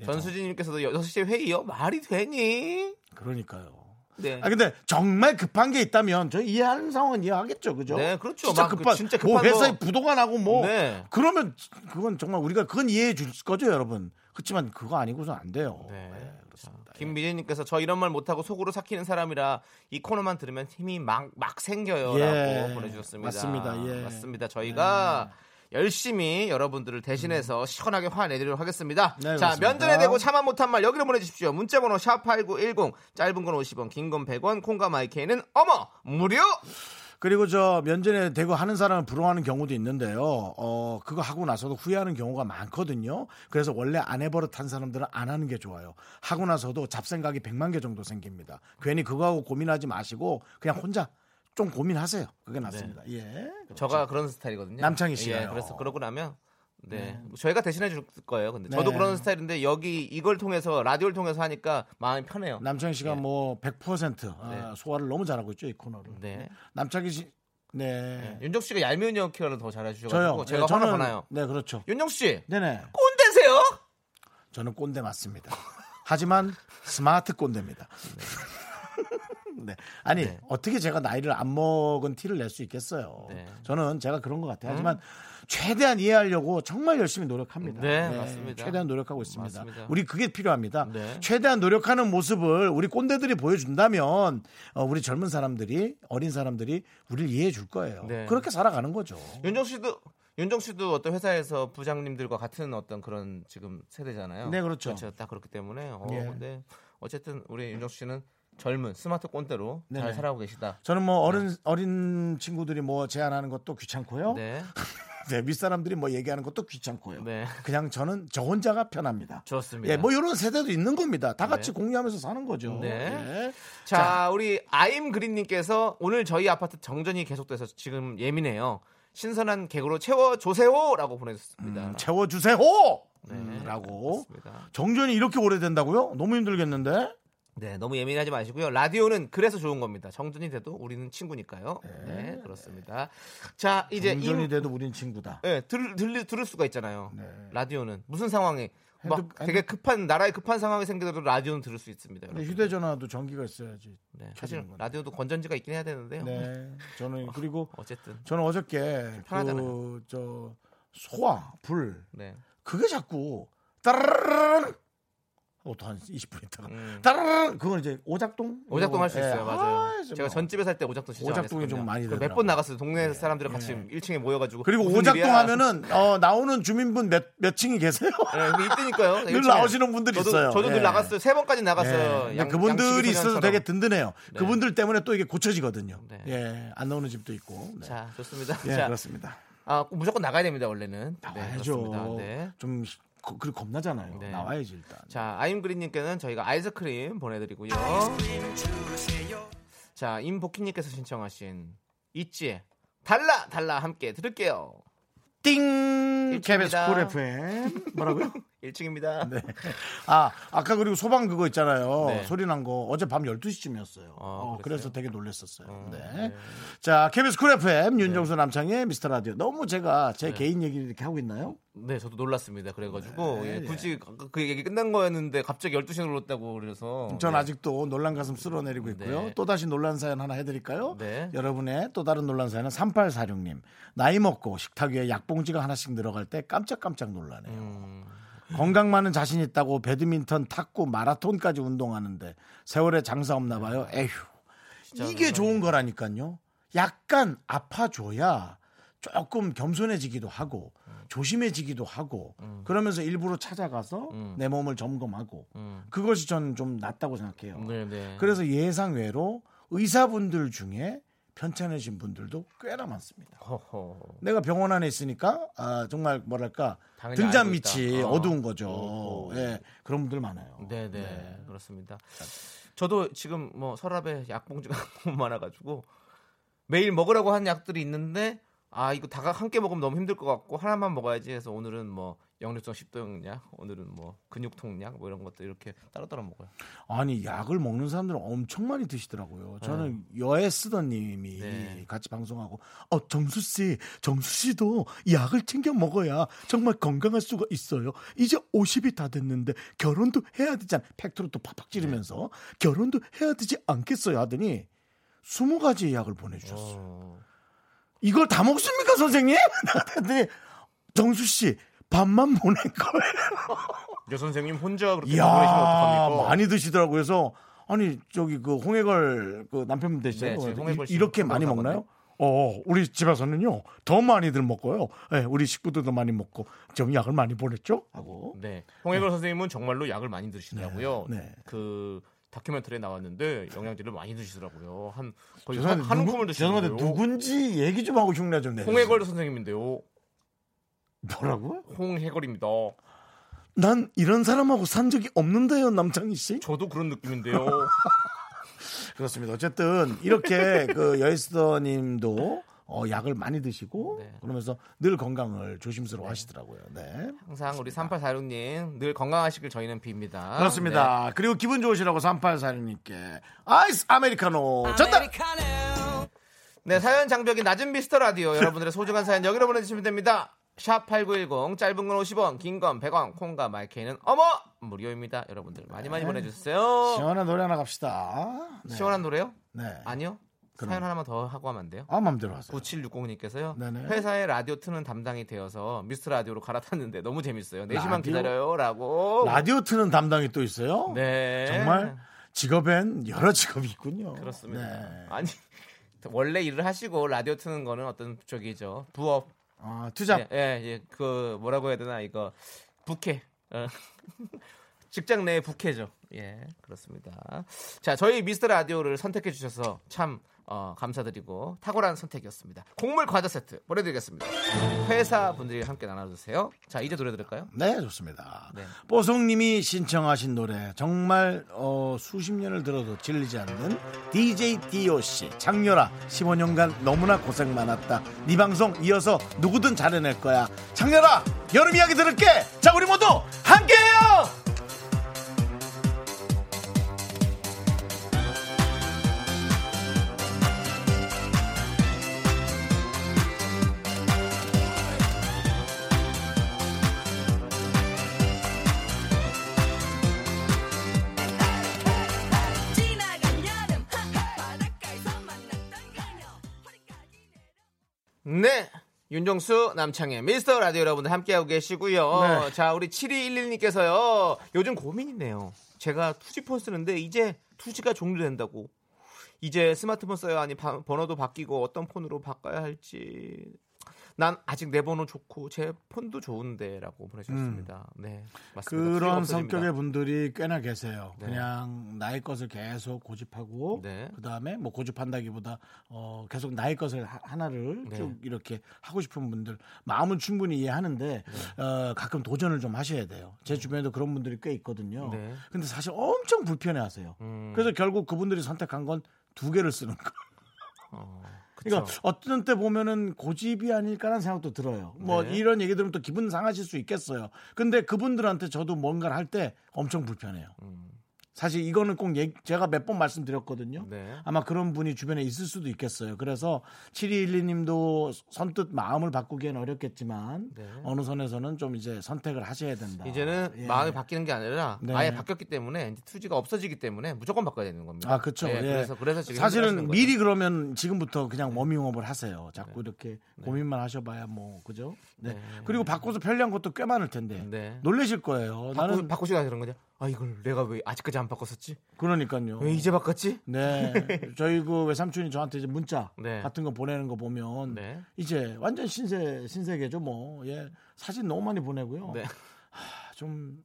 Speaker 1: 예,
Speaker 2: 전수진님께서도 6시에 회의요 말이 되니
Speaker 1: 그러니까요.
Speaker 2: 네.
Speaker 1: 아 근데 정말 급한 게 있다면 저 이해하는 상황은 이해하겠죠, 그죠?
Speaker 2: 네, 그렇죠.
Speaker 1: 진짜
Speaker 2: 막그
Speaker 1: 급한,
Speaker 2: 진짜
Speaker 1: 뭐
Speaker 2: 급한
Speaker 1: 회사에
Speaker 2: 거.
Speaker 1: 부도가 나고 뭐
Speaker 2: 네.
Speaker 1: 그러면 그건 정말 우리가 그건 이해해 줄 거죠, 여러분. 그렇지만 그거 아니고선 안 돼요.
Speaker 2: 네.
Speaker 1: 예, 그렇습니다.
Speaker 2: 김미진님께서 저 이런 말 못하고 속으로 삭히는 사람이라 이 코너만 들으면 힘이 막, 막 생겨요라고
Speaker 1: 예.
Speaker 2: 보내주셨습니다.
Speaker 1: 맞습니다. 예. 네.
Speaker 2: 맞습니다. 저희가 열심히 여러분들을 대신해서 시원하게 화내드리도록 하겠습니다.
Speaker 1: 음. 네,
Speaker 2: 자
Speaker 1: 그렇습니다.
Speaker 2: 면전에 대고 참아 못한 말 여기로 보내주십시오. 문자번호 샵 #8910 짧은 건 50원, 긴 건 100원, 콩과 마이케이는 어머 무료.
Speaker 1: 그리고 저 면전에 대고 하는 사람을 부러워하는 경우도 있는데요. 어, 그거 하고 나서도 후회하는 경우가 많거든요. 그래서 원래 안 해버릇한 사람들은 안 하는 게 좋아요. 하고 나서도 잡생각이 100만 개 정도 생깁니다. 괜히 그거하고 고민하지 마시고 그냥 혼자 좀 고민하세요. 그게 낫습니다.
Speaker 2: 네.
Speaker 1: 예.
Speaker 2: 저가 그런 스타일이거든요.
Speaker 1: 남창희 씨가요.
Speaker 2: 예, 그래서 그러고 나면 네. 저희가 대신해 줄 거예요. 근데
Speaker 1: 네.
Speaker 2: 저도 그런 스타일인데 여기 이걸 통해서 라디오를 통해서 하니까 마음이 편해요.
Speaker 1: 남창희 씨가 뭐 100% 아,
Speaker 2: 예. 네.
Speaker 1: 소화를 너무 잘하고 있죠, 이 코너를.
Speaker 2: 네.
Speaker 1: 남창희 씨, 네.
Speaker 2: 윤정 씨가 얄미운 역할을 더 잘해주셔가지고
Speaker 1: 저요.
Speaker 2: 제가
Speaker 1: 네,
Speaker 2: 화가 나요.
Speaker 1: 네, 그렇죠.
Speaker 2: 윤정 씨
Speaker 1: 네네.
Speaker 2: 꼰대세요?
Speaker 1: 저는 꼰대 맞습니다. 하지만 스마트 꼰대입니다. 네. 아니
Speaker 2: 네.
Speaker 1: 어떻게 제가 나이를 안 먹은 티를 낼 수 있겠어요.
Speaker 2: 네. 음.
Speaker 1: 저는 제가 그런 것 같아요. 하지만 최대한 이해하려고 정말 열심히 노력합니다.
Speaker 2: 네, 맞습니다.
Speaker 1: 최대한 노력하고 있습니다.
Speaker 2: 맞습니다.
Speaker 1: 우리 그게 필요합니다.
Speaker 2: 네.
Speaker 1: 최대한 노력하는 모습을 우리 꼰대들이 보여준다면 어, 우리 젊은 사람들이 어린 사람들이 우리를 이해해 줄 거예요.
Speaker 2: 네.
Speaker 1: 그렇게 살아가는 거죠.
Speaker 2: 윤정 씨도 윤정 씨도 어떤 회사에서 부장님들과 같은 어떤 그런 지금 세대잖아요.
Speaker 1: 네, 그렇죠.
Speaker 2: 딱 그렇기 때문에 어,
Speaker 1: 예.
Speaker 2: 근데 어쨌든 우리 윤정 씨는 젊은 스마트 꼰대로
Speaker 1: 네네.
Speaker 2: 잘 살아오고 계시다.
Speaker 1: 저는 뭐 어른 어린 친구들이 뭐 제안하는 것도 귀찮고요.
Speaker 2: 네,
Speaker 1: 네, 윗사람들이 뭐 얘기하는 것도 귀찮고요.
Speaker 2: 네,
Speaker 1: 그냥 저는 저 혼자가 편합니다.
Speaker 2: 좋습니다.
Speaker 1: 예, 뭐 이런 세대도 있는 겁니다. 다 같이 공유하면서 사는 거죠.
Speaker 2: 네.
Speaker 1: 예.
Speaker 2: 자, 우리 아임 그린님께서 오늘 저희 아파트 정전이 계속돼서 지금 예민해요. 신선한 개그로 채워 조세호라고 보내줬습니다.
Speaker 1: 음, 채워주세요!
Speaker 2: 네,
Speaker 1: 음, 라고.
Speaker 2: 그렇습니다.
Speaker 1: 정전이 이렇게 오래된다고요? 너무 힘들겠는데?
Speaker 2: 네, 너무 예민하지 마시고요. 라디오는 그래서 좋은 겁니다. 정전이 돼도 우리는 친구니까요. 네, 그렇습니다. 자, 이제 이
Speaker 1: 정전이 돼도 우린 친구다.
Speaker 2: 예, 들, 들, 들을 수가 있잖아요. 라디오는 무슨 상황에 막
Speaker 1: 핸드-
Speaker 2: 되게 급한 나라에 급한 상황이 생기더라도 라디오는 들을 수 있습니다.
Speaker 1: 근데
Speaker 2: 여러분.
Speaker 1: 휴대전화도 전기가 있어야지.
Speaker 2: 네, 사실
Speaker 1: 켜지는 건데.
Speaker 2: 라디오도 건전지가 있긴 해야 되는데요.
Speaker 1: 네. 저는, 그리고
Speaker 2: 어쨌든
Speaker 1: 저는 어저께
Speaker 2: 편하잖아요.
Speaker 1: 그, 저, 소화, 불.
Speaker 2: 네.
Speaker 1: 그게 자꾸 따르르르 또한 20분 있다가
Speaker 2: 음.
Speaker 1: 따르르 그건 이제 오작동
Speaker 2: 오작동 할 수
Speaker 1: 예.
Speaker 2: 있어요. 맞아요.
Speaker 1: 아, 이제
Speaker 2: 제가
Speaker 1: 뭐.
Speaker 2: 전집에 살 때 오작동 진짜
Speaker 1: 오작동이 좀 많이 되더라고요. 예.
Speaker 2: 몇번 나갔어요. 동네 사람들이랑 같이 1층에 모여가지고
Speaker 1: 그리고
Speaker 2: 무슨
Speaker 1: 오작동
Speaker 2: 일이야.
Speaker 1: 하면은 어, 나오는 주민분 몇 몇 층이 계세요?
Speaker 2: 네, 근데 이때니까요.
Speaker 1: 늘
Speaker 2: 일층에.
Speaker 1: 나오시는 분들이
Speaker 2: 저도,
Speaker 1: 있어요.
Speaker 2: 저도
Speaker 1: 예.
Speaker 2: 늘 나갔어요. 세 번까지
Speaker 1: 예.
Speaker 2: 나갔어요.
Speaker 1: 근데
Speaker 2: 양- 양치기
Speaker 1: 그분들이 있어서
Speaker 2: 소년처럼.
Speaker 1: 되게 든든해요.
Speaker 2: 네.
Speaker 1: 그분들 때문에 또 이게 고쳐지거든요.
Speaker 2: 네.
Speaker 1: 예, 안 나오는 집도 있고. 네.
Speaker 2: 자 좋습니다.
Speaker 1: 예,
Speaker 2: 자,
Speaker 1: 그렇습니다.
Speaker 2: 아, 꼭 무조건 나가야 됩니다. 원래는 네,
Speaker 1: 나와야죠.
Speaker 2: 그렇습니다. 네.
Speaker 1: 좀 거- 그리고 겁나잖아요.
Speaker 2: 네.
Speaker 1: 나와야지 일단.
Speaker 2: 자 아임그린님께는 저희가 아이스크림 보내드리고요. 자 임복희님께서 신청하신 있지의 달라 달라 함께 들을게요.
Speaker 1: 띵 KBS
Speaker 2: 일층입니다.
Speaker 1: 쿨 FM 뭐라고요?
Speaker 2: 1층입니다.
Speaker 1: 네. 아, 아까 그리고 소방 그거 있잖아요.
Speaker 2: 네.
Speaker 1: 소리 난 거. 어제 밤 12시쯤이었어요.
Speaker 2: 아,
Speaker 1: 그래서
Speaker 2: 그랬어요?
Speaker 1: 되게 놀랐었어요. 네.
Speaker 2: 네.
Speaker 1: 자, KBS 쿨 FM 윤정수 남창의 미스터 라디오. 너무 제가 제 개인 얘기를 이렇게 하고 있나요?
Speaker 2: 네, 저도 놀랐습니다. 그래가지고
Speaker 1: 네,
Speaker 2: 예,
Speaker 1: 예.
Speaker 2: 굳이 그- 그 얘기 끝난 거였는데 갑자기 12시에 놀랐다고 그래서
Speaker 1: 전
Speaker 2: 네.
Speaker 1: 아직도 논란 가슴 쓸어내리고 있고요.
Speaker 2: 네.
Speaker 1: 또 다시 논란 사연 하나 해드릴까요?
Speaker 2: 네.
Speaker 1: 여러분의 또 다른 논란 사연은 3846님. 나이 먹고 식탁 위에 약봉지가 하나씩 들어갈 때 깜짝깜짝 놀라네요.
Speaker 2: 음.
Speaker 1: 건강 많은 자신 있다고 배드민턴, 탁구, 마라톤까지 운동하는데 세월에 장사 없나 봐요.
Speaker 2: 네.
Speaker 1: 에휴. 이게 좋은 거라니까요. 약간 아파줘야 조금 겸손해지기도 하고
Speaker 2: 음.
Speaker 1: 조심해지기도 하고 그러면서 일부러 찾아가서 내 몸을 점검하고
Speaker 2: 음.
Speaker 1: 그것이 저는 좀 낫다고 생각해요.
Speaker 2: 네, 네.
Speaker 1: 그래서 예상외로 의사분들 중에 편찮으신 분들도 꽤나 많습니다.
Speaker 2: 어. 허허.
Speaker 1: 내가 병원 안에 있으니까 아, 정말 뭐랄까
Speaker 2: 당연히
Speaker 1: 등잔
Speaker 2: 알고 있다.
Speaker 1: 밑이
Speaker 2: 어.
Speaker 1: 어. 두운 거죠.
Speaker 2: 오, 오.
Speaker 1: 예, 그런 분들 많아요.
Speaker 2: 네, 네, 그렇습니다. 저도 지금 뭐 서랍에 약봉지가 너무 많아가지고 매일 먹으라고 한 약들이 있는데 아 이거 다가 함께 먹으면 너무 힘들 것 같고 하나만 먹어야지 해서 오늘은 뭐 역류성 식도염약, 오늘은 뭐 근육통약 뭐 이런 것도 이렇게 따로따로 먹어요.
Speaker 1: 아니 약을 먹는 사람들은 엄청 많이 드시더라고요. 저는 여에 쓰던 님이
Speaker 2: 네.
Speaker 1: 같이 방송하고 어 정수 씨, 정수 씨도 약을 챙겨 먹어야 정말 건강할 수가 있어요. 이제 50이 다 됐는데 결혼도 해야 되지 않? 팩트로 또 팍팍 찌르면서 결혼도 해야 되지 않겠어요 하더니 20가지의 약을 보내주셨어요.
Speaker 2: 어.
Speaker 1: 이걸 다 먹습니까 선생님? 그랬더니 정수 씨 밥만 보낸 거예요.
Speaker 2: 여 선생님 혼자 그렇게
Speaker 1: 이야
Speaker 2: 보내시면 어떡합니까?
Speaker 1: 많이 드시더라고요. 그래서 아니 저기 그 홍해걸 그 남편분 되시잖아요.
Speaker 2: 네, 지금 홍해걸 씨
Speaker 1: 이렇게 많이
Speaker 2: 건강
Speaker 1: 먹나요? 어, 우리 집에서는요 더 많이들 먹고요. 예, 우리 식구들도 많이 먹고 좀 약을 많이 보냈죠. 하고
Speaker 2: 네. 홍해걸 선생님은 정말로 약을 많이 드시더라고요.
Speaker 1: 네, 네.
Speaker 2: 그 다큐멘터리에 나왔는데 영양제를 많이 드시더라고요. 한 거의 한,
Speaker 1: 죄송한데
Speaker 2: 한
Speaker 1: 누구-
Speaker 2: 움큼을
Speaker 1: 죄송한데
Speaker 2: 드시더라고요.
Speaker 1: 누군지 얘기 좀 하고 흉내 좀 내.
Speaker 2: 홍해걸 선생님인데요.
Speaker 1: 뭐라고?
Speaker 2: 홍해걸입니다.
Speaker 1: 난 이런 사람하고 산 적이 없는데요, 남창희 씨.
Speaker 2: 저도 그런 느낌인데요.
Speaker 1: 그렇습니다. 어쨌든 이렇게 그 여의스더님도 어, 약을 많이 드시고
Speaker 2: 네.
Speaker 1: 그러면서 늘 건강을 조심스러워 하시더라고요. 네.
Speaker 2: 항상 우리 3846님 늘 건강하시길 저희는 빕니다.
Speaker 1: 그렇습니다.
Speaker 2: 네.
Speaker 1: 그리고 기분 좋으시라고 3846님께 아이스 아메리카노 전달!
Speaker 2: 네. 네, 사연 장벽이 낮은 미스터 라디오 여러분들의 소중한 사연 여기로 보내주시면 됩니다. 샵 8910 짧은 건 50원, 긴 건 100원, 콩과 마이케이는 어머 무료입니다. 여러분들 많이 많이 보내주세요.
Speaker 1: 네. 시원한 노래 하나 갑시다. 네.
Speaker 2: 시원한 노래요?
Speaker 1: 네.
Speaker 2: 아니요.
Speaker 1: 그럼.
Speaker 2: 사연 하나만 더 하고 하면 안 돼요?
Speaker 1: 아, 맘대로 하세요.
Speaker 2: 9760님께서요.
Speaker 1: 네네.
Speaker 2: 회사에 라디오 트는 담당이 되어서 미스터 라디오로 갈아탔는데 너무 재밌어요. 4시만
Speaker 1: 라디오?
Speaker 2: 기다려요라고.
Speaker 1: 라디오 트는 담당이 또 있어요?
Speaker 2: 네.
Speaker 1: 정말 직업엔 여러 직업이 있군요.
Speaker 2: 그렇습니다.
Speaker 1: 네.
Speaker 2: 아니 원래 일을 하시고 라디오 트는 거는 어떤 쪽이죠? 부업.
Speaker 1: 아, 투잡.
Speaker 2: 예, 예, 예. 그 뭐라고 해야 되나 이거 부캐. 어. 직장 내 부캐죠. 예, 그렇습니다. 자, 저희 미스터 라디오를 선택해 주셔서 참 어, 감사드리고 탁월한 선택이었습니다. 곡물 과자 세트 보내드리겠습니다. 회사 분들이 함께 나눠주세요. 자, 이제 노래 들을까요?
Speaker 1: 네, 좋습니다.
Speaker 2: 네.
Speaker 1: 뽀송님이 신청하신 노래 정말 어, 수십 년을 들어도 질리지 않는 DJ DOC 장렬아 15년간 너무나 고생 많았다. 네 방송 이어서 누구든 잘해낼 거야. 장렬아 여름 이야기 들을게. 자 우리 모두 함께해요.
Speaker 2: 네. 윤정수 남창의 미스터 라디오 여러분들 함께하고 계시고요.
Speaker 1: 네.
Speaker 2: 자, 우리 7211님께서요. 요즘 고민이네요. 제가 2G폰 쓰는데 이제 2G가 종료된다고. 이제 스마트폰 써야 하니 바- 번호도 바뀌고 어떤 폰으로 바꿔야 할지. 난 아직 내 번호 좋고 제 폰도 좋은데라고 보내주셨습니다. 네, 맞습니다. 수익
Speaker 1: 음. 그런
Speaker 2: 없어집니다.
Speaker 1: 성격의 분들이 꽤나 계세요.
Speaker 2: 네.
Speaker 1: 그냥 나의 것을 계속 고집하고
Speaker 2: 네.
Speaker 1: 그 다음에 뭐 고집한다기보다 어, 계속 나의 것을 하- 하나를
Speaker 2: 네.
Speaker 1: 쭉 이렇게 하고 싶은 분들 마음은 충분히 이해하는데
Speaker 2: 네.
Speaker 1: 어, 가끔 도전을 좀 하셔야 돼요. 제 주변에도 그런 분들이 꽤 있거든요.
Speaker 2: 네.
Speaker 1: 근데 사실 엄청 불편해하세요.
Speaker 2: 음.
Speaker 1: 그래서 결국 그분들이 선택한 건 두 개를 쓰는 거.
Speaker 2: 어, 그쵸.
Speaker 1: 그러니까 어떤 때 보면은 고집이 아닐까라는 생각도 들어요. 뭐
Speaker 2: 네.
Speaker 1: 이런 얘기 들으면 또 기분
Speaker 2: 음.
Speaker 1: 상하실 수 있겠어요. 근데 그분들한테 저도 뭔가를 할 때 엄청 불편해요. 사실 이거는 꼭 얘기- 제가 몇 번 말씀드렸거든요.
Speaker 2: 네.
Speaker 1: 아마 그런 분이 주변에 있을 수도 있겠어요. 그래서 7212님도 선뜻 마음을 바꾸기엔 어렵겠지만 어느 선에서는 좀 이제 선택을 하셔야 된다.
Speaker 2: 네. 이제는
Speaker 1: 예.
Speaker 2: 마음이 바뀌는 게 아니라
Speaker 1: 네.
Speaker 2: 아예 바뀌었기 때문에 이제 투지가 없어지기 때문에 무조건 바꿔야 되는 겁니다.
Speaker 1: 아, 그렇죠.
Speaker 2: 예,
Speaker 1: 예.
Speaker 2: 그래서 그래서 지금
Speaker 1: 사실은
Speaker 2: 힘들어하시는 거죠. 네.
Speaker 1: 미리 그러면 지금부터 그냥 워밍업을 하세요. 자꾸 이렇게 고민만 하셔봐야 뭐 그죠? 네. 그리고 바꿔서 편리한 것도 꽤 많을 텐데
Speaker 2: 네.
Speaker 1: 놀라실 거예요.
Speaker 2: 바꾸,
Speaker 1: 나는
Speaker 2: 바꾸시다 그런 거죠. 아 이걸 내가 왜 아직까지 안 바꿨었지?
Speaker 1: 그러니까요.
Speaker 2: 왜 이제 바꿨지?
Speaker 1: 네. 저희 그 외삼촌이 저한테 이제 문자
Speaker 2: 네.
Speaker 1: 같은 거 보내는 거 보면
Speaker 2: 네.
Speaker 1: 이제 완전 신세 신세계죠 뭐. 예. 사진 너무 많이 보내고요.
Speaker 2: 네.
Speaker 1: 하, 좀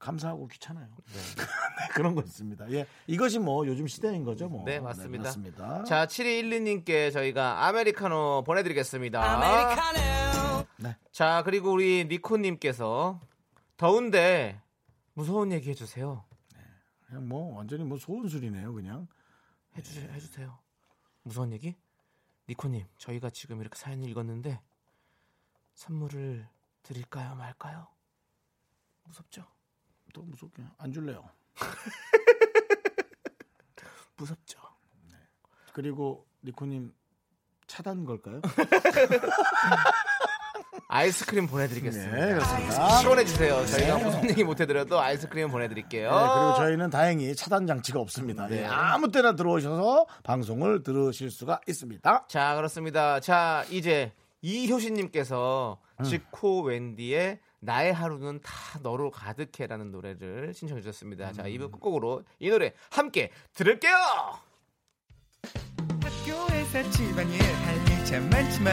Speaker 1: 감사하고 귀찮아요. 네, 그런 거 있습니다. 예. 이것이 뭐 요즘 시대인 거죠 뭐.
Speaker 2: 네, 맞습니다.
Speaker 1: 맞습니다.
Speaker 2: 자, 7212님께 저희가 아메리카노 보내드리겠습니다.
Speaker 1: 네.
Speaker 2: 자, 그리고 우리 니코님께서 더운데 무서운 얘기 해주세요.
Speaker 1: 그냥 뭐 완전히 뭐 소은술이네요, 그냥.
Speaker 2: 해주세요. 해주세요. 무서운 얘기? 니코님, 저희가 지금 이렇게 사연을 읽었는데 선물을 드릴까요, 말까요? 무섭죠?
Speaker 1: 또 무섭게 안 줄래요.
Speaker 2: 무섭죠.
Speaker 1: 그리고 니코님 차단 걸까요?
Speaker 2: 아이스크림
Speaker 1: 네,
Speaker 2: 보내드리겠습니다.
Speaker 1: 그렇습니다.
Speaker 2: 시원해주세요. 저희가 무슨 얘기 못해드려도 아이스크림 보내드릴게요.
Speaker 1: 네, 그리고 저희는 다행히 차단 장치가 없습니다.
Speaker 2: 네.
Speaker 1: 예, 아무 때나 들어오셔서 방송을 들으실 수가 있습니다.
Speaker 2: 자 그렇습니다. 자 이제 이효신님께서
Speaker 1: 음.
Speaker 2: 지코 웬디의 나의 하루는 다 너로 가득해라는 노래를 신청해 주셨습니다. 자
Speaker 1: 음.
Speaker 2: 2부 끝곡으로 이 노래 함께 들을게요.
Speaker 6: 학교에서 집안일 할 일 참 많지만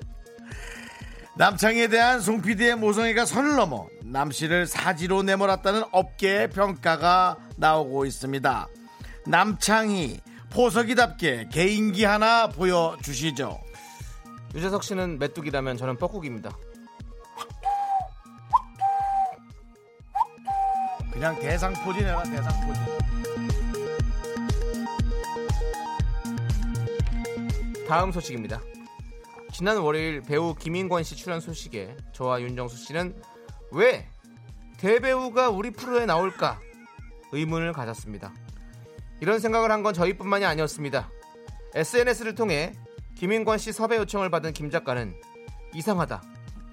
Speaker 1: 남창희에 대한 송 PD의 모성애가 선을 넘어 남씨를 사지로 내몰았다는 업계의 평가가 나오고 있습니다. 남창희 포석이답게 개인기 하나 보여주시죠.
Speaker 2: 유재석 씨는 메뚜기라면 저는 뻐꾸기입니다.
Speaker 1: 그냥 대상포지 내라 대상포지.
Speaker 2: 다음 소식입니다. 지난 월요일 배우 김인권 씨 출연 소식에 저와 윤정수 씨는 왜 대배우가 우리 프로에 나올까 의문을 가졌습니다. 이런 생각을 한 건 저희뿐만이 아니었습니다. SNS를 통해 김인권 씨 섭외 요청을 받은 김 작가는 이상하다.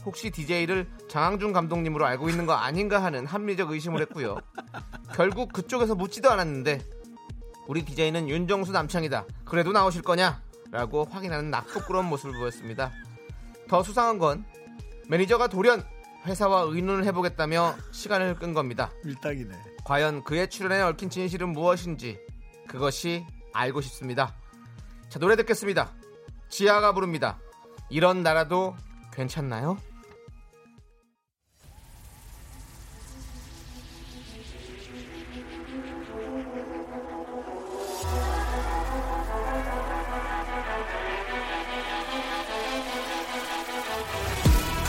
Speaker 2: 혹시 DJ를 장항준 감독님으로 알고 있는 거 아닌가 하는 합리적 의심을 했고요. 결국 그쪽에서 묻지도 않았는데 우리 DJ는 윤정수 남창이다. 그래도 나오실 거냐? 라고 확인하는 낙부끄러운 모습을 보였습니다. 더 수상한 건 매니저가 돌연 회사와 의논을 해보겠다며 시간을 끈 겁니다.
Speaker 1: 밀당이네.
Speaker 2: 과연 그의 출연에 얽힌 진실은 무엇인지 그것이 알고 싶습니다. 자 노래 듣겠습니다. 지아가 부릅니다. 이런 나라도 괜찮나요?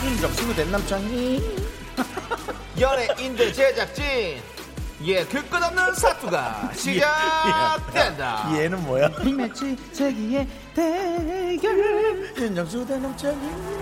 Speaker 1: 윤정수 대남창희.
Speaker 2: 연예인들 제작진 예 그 끝없는 사투가 시작된다.
Speaker 1: 얘는 뭐야?
Speaker 6: 빅매치 세기의 대결
Speaker 1: 윤정수 대남창희.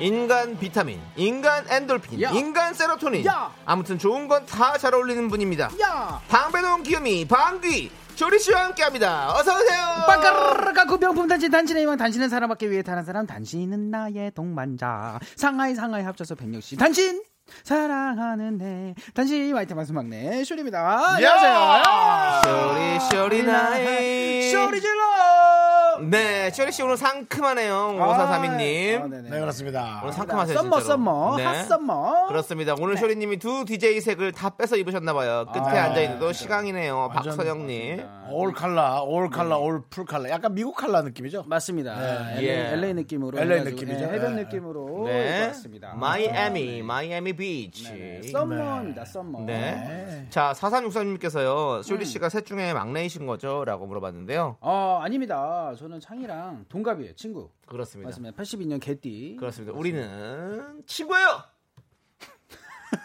Speaker 2: 인간 비타민, 인간 엔돌핀,
Speaker 7: 야.
Speaker 2: 인간 세로토닌.
Speaker 7: 야.
Speaker 2: 아무튼 좋은 건 다 잘 어울리는 분입니다.
Speaker 7: 야!
Speaker 2: 방배동 기요미 방귀 조리 씨와 함께합니다. 어서 오세요.
Speaker 7: 빵가르르가 그 명품 단신 단신의 희망 단신은 사람밖에 위해 다른 사람 단신은 나의 동반자 상하이 상하이 합쳐서 160 단신 사랑하는 내 단신 화이트 마스 막내 쇼리입니다 안녕하세요 네.
Speaker 2: 쇼리 쇼리 나이.
Speaker 7: 쇼리 질러
Speaker 2: 네, 쇼리 씨 오늘 상큼하네요.
Speaker 7: 아,
Speaker 2: 오사사미님.
Speaker 7: 네네.
Speaker 1: 네, 그렇습니다.
Speaker 2: 오늘 상큼하세요.
Speaker 7: 썸머
Speaker 2: 진짜로.
Speaker 7: 썸머 네.
Speaker 2: 네.
Speaker 7: 핫썸머
Speaker 2: 그렇습니다. 오늘 쇼리님이 두 DJ 색을 다 뺏어 입으셨나봐요. 끝에
Speaker 7: 네.
Speaker 1: 아,
Speaker 2: 앉아있는도 시강이네요.
Speaker 1: 완전 예?
Speaker 2: 박서영님.
Speaker 1: 올
Speaker 7: 그
Speaker 1: 칼라, 올 칼라,
Speaker 7: 네.
Speaker 1: 올 풀 칼라. 약간 미국 칼라 느낌이죠?
Speaker 7: 맞습니다.
Speaker 2: 예.
Speaker 7: LA, LA 네, 느낌으로
Speaker 1: LA
Speaker 7: 해가지고,
Speaker 1: 느낌이죠.
Speaker 7: 예, 해변
Speaker 1: 예.
Speaker 7: 느낌으로
Speaker 2: 네.
Speaker 7: 입었습니다. 네.
Speaker 2: 마이애미, 마이애미 비치.
Speaker 7: 썸머입니다. 썸머.
Speaker 2: 네. 자, 4363님께서요. 쇼리 씨가 셋 중에 막내이신 거죠? 라고 물어봤는데요.
Speaker 7: 음. 어 아닙니다. 저는 창이랑 동갑이에요. 친구.
Speaker 2: 그렇습니다.
Speaker 7: 맞습니다. 82년 개띠.
Speaker 2: 그렇습니다. 우리는 친구예요.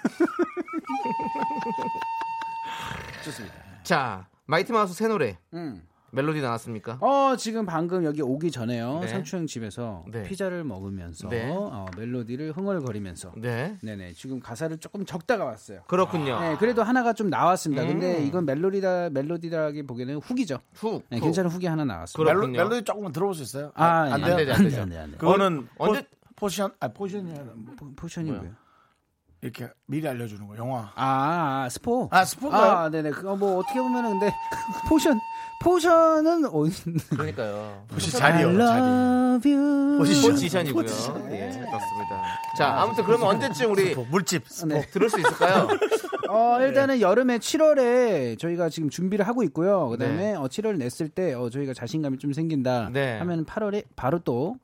Speaker 7: 좋습니다.
Speaker 2: 자, 마이티 마우스 새 노래
Speaker 7: 음.
Speaker 2: 멜로디 나왔습니까?
Speaker 7: 어 지금 방금 여기 오기 전에요.
Speaker 2: 네.
Speaker 7: 상추형 집에서
Speaker 2: 네.
Speaker 7: 피자를 먹으면서
Speaker 2: 네.
Speaker 7: 어, 멜로디를 흥얼거리면서.
Speaker 2: 네.
Speaker 7: 네. 네 지금 가사를 조금 적다가 왔어요.
Speaker 2: 그렇군요.
Speaker 7: 네, 그래도 하나가 좀 나왔습니다. 근데
Speaker 2: 아. 음.
Speaker 7: 이건 멜로디다 멜로디라기 보기에는 훅이죠.
Speaker 2: 훅.
Speaker 7: 네,
Speaker 2: 훅.
Speaker 7: 괜찮은 훅이 하나 나왔습니다.
Speaker 1: 멜로,
Speaker 2: 그렇군요.
Speaker 1: 멜로디 조금만 들어볼 수 있어요?
Speaker 7: 아,
Speaker 1: 그, 안
Speaker 7: 예.
Speaker 1: 돼요?
Speaker 2: 안 되죠, 안 되죠.
Speaker 7: 안 돼, 안 돼.
Speaker 1: 그거는
Speaker 2: 언제-
Speaker 1: 포, 포지션, 아니, 포지션이 아니라
Speaker 7: 포- 포션이 뭐예요?
Speaker 1: 이렇게 미리 알려주는 거, 영화.
Speaker 7: 아, 아, 스포.
Speaker 1: 아, 스포인가요?
Speaker 7: 아, 네네. 그거 뭐 어떻게 보면은 근데 포션 포션은 어
Speaker 2: 그러니까요.
Speaker 1: 포지션
Speaker 7: I
Speaker 1: 자리요, 자리.
Speaker 7: love you.
Speaker 1: 포지션.
Speaker 2: 포지션이고요. 예, 그렇습니다. 자, 아무튼 그러면 언제쯤 우리
Speaker 1: 스포, 뭐, 물집, 스포.
Speaker 7: 네.
Speaker 2: 들을 수 있을까요?
Speaker 7: 어,
Speaker 2: 네.
Speaker 7: 일단은 여름에 7월에 저희가 지금 준비를 하고 있고요. 그다음에 어, 7월 냈을 때 어, 저희가 자신감이 좀 생긴다
Speaker 2: 네.
Speaker 7: 하면 8월에 바로 또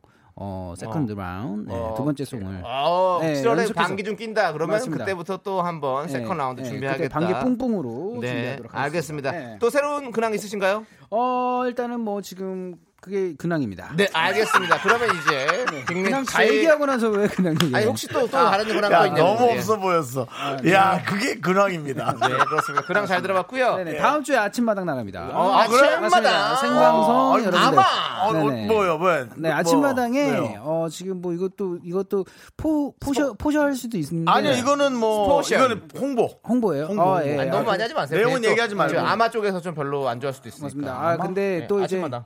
Speaker 7: 어, 세컨드 라운드 네,
Speaker 2: 어,
Speaker 7: 두 번째 송을
Speaker 2: 어,
Speaker 7: 네,
Speaker 2: 7월에
Speaker 7: 연습해서.
Speaker 2: 방귀 좀 낀다. 그러면
Speaker 7: 맞습니다.
Speaker 2: 그때부터 또 한번
Speaker 7: 네,
Speaker 2: 세컨 라운드
Speaker 7: 네,
Speaker 2: 준비하겠다.
Speaker 7: 그때 반개 뿡뿡으로
Speaker 2: 네,
Speaker 7: 준비하도록 하겠습니다.
Speaker 2: 알겠습니다.
Speaker 7: 네.
Speaker 2: 또 새로운 근황 있으신가요?
Speaker 7: 어, 일단은 뭐 지금 그게 근황입니다.
Speaker 2: 네, 알겠습니다. 그러면 이제
Speaker 7: 그냥
Speaker 2: 빅맥
Speaker 7: 다 네. 얘기하고 나서 왜 그냥 얘기해요?
Speaker 2: 아니 혹시 또 또 다른 근황 또
Speaker 7: 네,
Speaker 1: 야,
Speaker 2: 있냐고.
Speaker 1: 너무
Speaker 2: 예.
Speaker 1: 없어 보였어.
Speaker 7: 아,
Speaker 1: 야, 그게 근황입니다.
Speaker 2: 네, 그렇습니다. 근황 잘 들어봤고요.
Speaker 7: 네네, 다음 주에 아침마당 나갑니다.
Speaker 2: 어, 아, 어,
Speaker 1: 그래요?
Speaker 2: 그래?
Speaker 7: 맞습니다.
Speaker 2: 맞습니다.
Speaker 7: 생방송 여러분들.
Speaker 1: 아마 어, 어,
Speaker 7: 네네.
Speaker 1: 뭐요, 뭐요? 뭐,
Speaker 7: 네, 아침마당에
Speaker 1: 뭐요?
Speaker 7: 어, 지금 뭐 이것도 이것도 포 포셔 포셔할 수도 있는데
Speaker 1: 아니요, 이거는 뭐
Speaker 2: 스포션.
Speaker 1: 이거는 홍보.
Speaker 7: 홍보예요.
Speaker 1: 홍보,
Speaker 7: 어,
Speaker 1: 홍보.
Speaker 7: 예.
Speaker 2: 아니,
Speaker 7: 아,
Speaker 2: 너무 많이 하지 마세요.
Speaker 1: 내용은
Speaker 2: 그게 또
Speaker 1: 얘기하지 말고.
Speaker 2: 저 아마 쪽에서 좀 별로 안 좋아할 수도 있으니까.
Speaker 7: 맞습니다. 아, 근데
Speaker 2: 네,
Speaker 7: 또 이제
Speaker 2: 아침마다.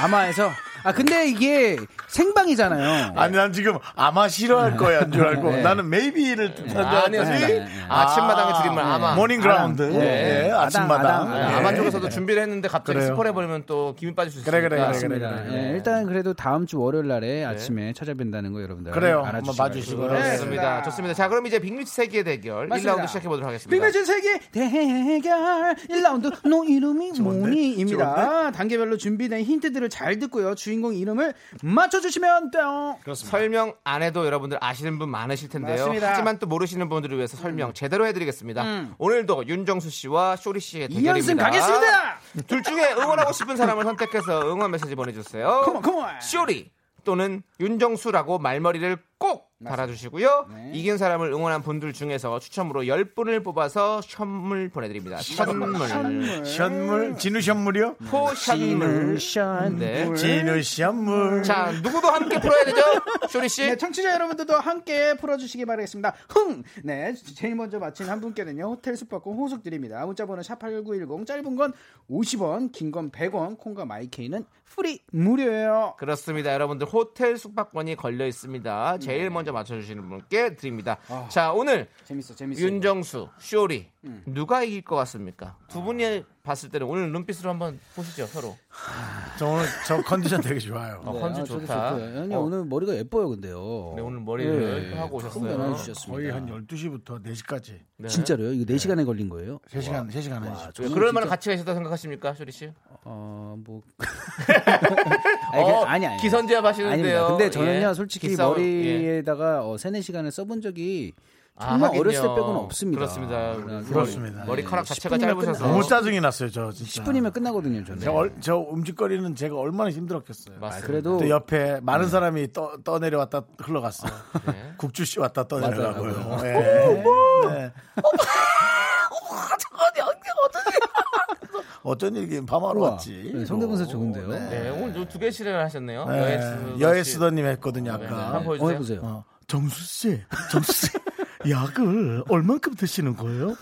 Speaker 7: 아, 마에서아 근데 이게 생방이잖아요.
Speaker 1: 네. 아니, 난 지금 아마 싫어할 거야, 안 줄 알고.
Speaker 7: 네.
Speaker 1: 나는 메이비를 뜻하지
Speaker 2: 아니요,
Speaker 1: 않았지?
Speaker 2: 저기 아침마당의 줄임말 아마.
Speaker 1: 모닝 그라운드.
Speaker 7: 아담.
Speaker 1: 예,
Speaker 7: 네.
Speaker 1: 아침마당.
Speaker 7: 아담,
Speaker 2: 네,
Speaker 7: 아담.
Speaker 1: 예.
Speaker 2: 아마 쪽에서도 준비를 했는데 갑자기
Speaker 1: 그래요.
Speaker 2: 스포해버리면 또 기분 빠질 수 있으니까.
Speaker 1: 그래, 그래, 그래, 그래.
Speaker 7: 맞습니다.
Speaker 1: 그래,
Speaker 7: 예, 일단 그래도 다음 주 월요일 날에 아침에 찾아뵌다는 거 여러분들
Speaker 1: 그래요.
Speaker 7: 알아주시기
Speaker 1: 한번 봐주시고.
Speaker 7: 바랍니다.
Speaker 1: 그래.
Speaker 2: 그렇습니다. 네, 좋습니다. 자, 그럼 이제 빅뮤지 세계 대결
Speaker 7: 맞습니다.
Speaker 2: 1라운드 시작해보도록 하겠습니다.
Speaker 7: 빅매진 세계 대결 1라운드 너 이름이 뭐니입니다. 단계별로 준비된 힌트들을 잘 듣고요. 주인공 이름을 맞춰주시면 돼요.
Speaker 2: 설명 안 해도 여러분들 아시는 분 많으실 텐데요.
Speaker 7: 맞습니다. 음.
Speaker 2: 하지만 또 모르시는 분들을 위해서 설명 제대로 해드리겠습니다. 오늘도 윤정수 씨와 쇼리 씨의 대결입니다.
Speaker 7: 이연승 가겠습니다.
Speaker 2: 둘 중에 응원하고 싶은 사람을 선택해서 응원 메시지 보내주세요.
Speaker 7: 컴온, 컴온.
Speaker 2: 쇼리 또는 윤정수라고 말머리를 꼭 달아주시고요.
Speaker 7: 네.
Speaker 2: 이긴 사람을 응원한 분들 중에서 추첨으로 10분을 뽑아서 선물 보내드립니다. 선물.
Speaker 1: 션물, 진우 션물이요?
Speaker 2: 포 선물.
Speaker 7: 미션.
Speaker 2: 네.
Speaker 1: 진우 션물.
Speaker 2: 자, 누구도 함께 풀어야 되죠? 쇼리 씨.
Speaker 7: 네, 청취자 여러분들도 함께 풀어주시기 바라겠습니다. 흥! 네, 제일 먼저 마친 한 분께는요, 호텔 숙박권 호숙 드립니다. 문자번호 샵8910, 짧은 건 50원, 긴 건 100원, 콩과 마이케이는 프리, 무료예요.
Speaker 2: 그렇습니다. 여러분들 호텔 숙박권이 걸려 있습니다.
Speaker 7: 네.
Speaker 2: 제일 먼저 맞춰주시는 분께 드립니다. 자, 오늘
Speaker 7: 아, 재밌어, 재밌어.
Speaker 2: 윤정수, 쇼리
Speaker 7: 음.
Speaker 2: 누가 이길 것 같습니까?
Speaker 7: 아.
Speaker 2: 두 분이 봤을 때는 오늘 눈빛으로 한번 보시죠 서로.
Speaker 1: 저 오늘 저 컨디션 되게 좋아요.
Speaker 2: 어, 컨디
Speaker 7: 아, 저도
Speaker 2: 좋다.
Speaker 7: 좋고요. 아니
Speaker 2: 어,
Speaker 7: 오늘 머리가 예뻐요 근데요.
Speaker 2: 네, 오늘 머리를 또 하고
Speaker 7: 조금
Speaker 2: 오셨어요.
Speaker 7: 변화해주셨습니다.
Speaker 1: 거의 한 12시부터 4시까지.
Speaker 2: 네.
Speaker 7: 진짜로요? 이거 4시간에 걸린 거예요?
Speaker 1: 3시간, 3시간 하시죠.
Speaker 2: 왜 그럴 만한 가치가 있었다 고 생각하십니까, 쇼리 씨?
Speaker 7: 어, 뭐. 아니, 그-
Speaker 2: 어,
Speaker 7: 아니, 아니.
Speaker 2: 기선제압 하시는데요.
Speaker 7: 아닙니다. 근데 저는요,
Speaker 2: 예.
Speaker 7: 솔직히
Speaker 2: 기싸움, 예.
Speaker 7: 머리에다가 어, 3, 4시간을 써본 적이
Speaker 2: 아,
Speaker 7: 정말
Speaker 2: 하긴요.
Speaker 7: 어렸을 때 빼고는 없습니다. 아,
Speaker 2: 그렇습니다.
Speaker 7: 그래서
Speaker 1: 그렇습니다.
Speaker 2: 머리카락 자체가
Speaker 7: 10분이면
Speaker 2: 짧으셔서.
Speaker 7: 끝나-
Speaker 1: 너무 짜증이 났어요, 저 진짜. 네.
Speaker 7: 10분이면 끝나거든요, 저는.
Speaker 1: 저, 얼- 저 움직거리는 제가 얼마나 힘들었겠어요.
Speaker 2: 맞습니다.
Speaker 7: 그래도
Speaker 1: 또 옆에 많은 사람이 떠, 떠내려왔다 흘러갔어요.
Speaker 2: 네.
Speaker 1: 국주 씨 왔다 떠내려가고요.
Speaker 7: 맞아요.
Speaker 1: 예. 네. 어쩐 일이긴 밤하러
Speaker 7: 우와.
Speaker 1: 왔지.
Speaker 7: 네, 성대모사 좋은데요.
Speaker 2: 네, 오늘 요두 개시를 하셨네요.
Speaker 1: 네,
Speaker 2: 여예스도
Speaker 1: 여예스더님 했거든요
Speaker 2: 네, 네.
Speaker 1: 아까.
Speaker 2: 한번
Speaker 7: 어,
Speaker 2: 보여주세요.
Speaker 7: 해보세요.
Speaker 1: 어, 정수 씨, 정수 씨, 약을 얼만큼 드시는 거예요?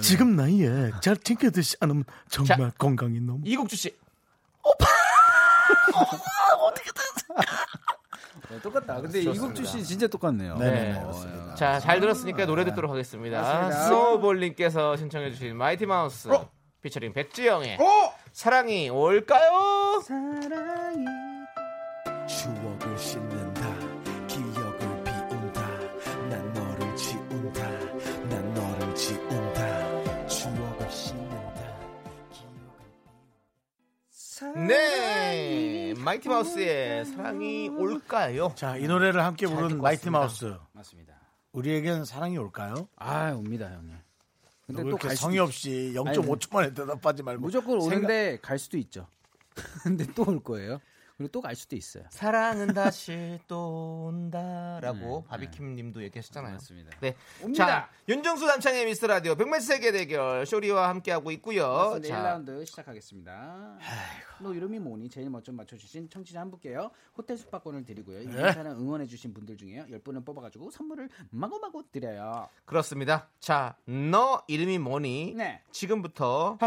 Speaker 1: 지금 나이에 잘 챙겨 드시 않으면 정말
Speaker 2: 자.
Speaker 1: 건강이 너무.
Speaker 2: 이국주 씨.
Speaker 7: 네, 똑같다. 근데 이국주 씨 진짜 똑같네요.
Speaker 2: 네. 자, 잘 들었으니까 노래 듣도록 하겠습니다. 어?
Speaker 7: 맞습니다.
Speaker 2: 스노우볼님께서 신청해주신 마이티 마우스 피처링 백지영의 사랑이 올까요?
Speaker 7: 사랑이
Speaker 6: 추억을 씻는다 기억을 비운다 난 너를 지운다 난 너를 지운다 추억을 씻는다
Speaker 2: 네, 마이티 마우스의 사랑이 올까요?
Speaker 1: 자, 이 노래를 함께 부른 마이티 마우스.
Speaker 7: 맞습니다.
Speaker 1: 우리에겐 사랑이 올까요?
Speaker 7: 아 옵니다 형님. 근데
Speaker 1: 왜
Speaker 7: 또
Speaker 1: 이렇게
Speaker 7: 갈
Speaker 1: 성의
Speaker 7: 수도
Speaker 1: 없이
Speaker 7: 있-
Speaker 1: 0.5초만에 대답하지 말고
Speaker 7: 무조건
Speaker 1: 생각-
Speaker 7: 오는데 갈 수도 있죠. 근데 또 올 거예요. 그리고 또 갈 수도 있어요.
Speaker 2: 사랑은 다시 또 온다라고 바비킴님도 얘기하셨잖아요.
Speaker 7: 맞습니다.
Speaker 2: 네,
Speaker 7: 옵니다.
Speaker 2: 자 윤정수 남창의 미스 라디오 백맨 세계 대결 쇼리와 함께하고 있고요.
Speaker 7: 맞습니다.
Speaker 2: 자,
Speaker 7: 1라운드 시작하겠습니다. 너 이름이 뭐니? 제일 멋좀 맞춰주신 청취자 한 분께요. 호텔 숙박권을 드리고요. 이
Speaker 1: 네.
Speaker 7: 행사는 응원해주신 분들 중에요. 10분을 뽑아가지고 선물을 마구마구 드려요.
Speaker 2: 그렇습니다. 자, 너 이름이 뭐니?
Speaker 7: 네.
Speaker 2: 지금부터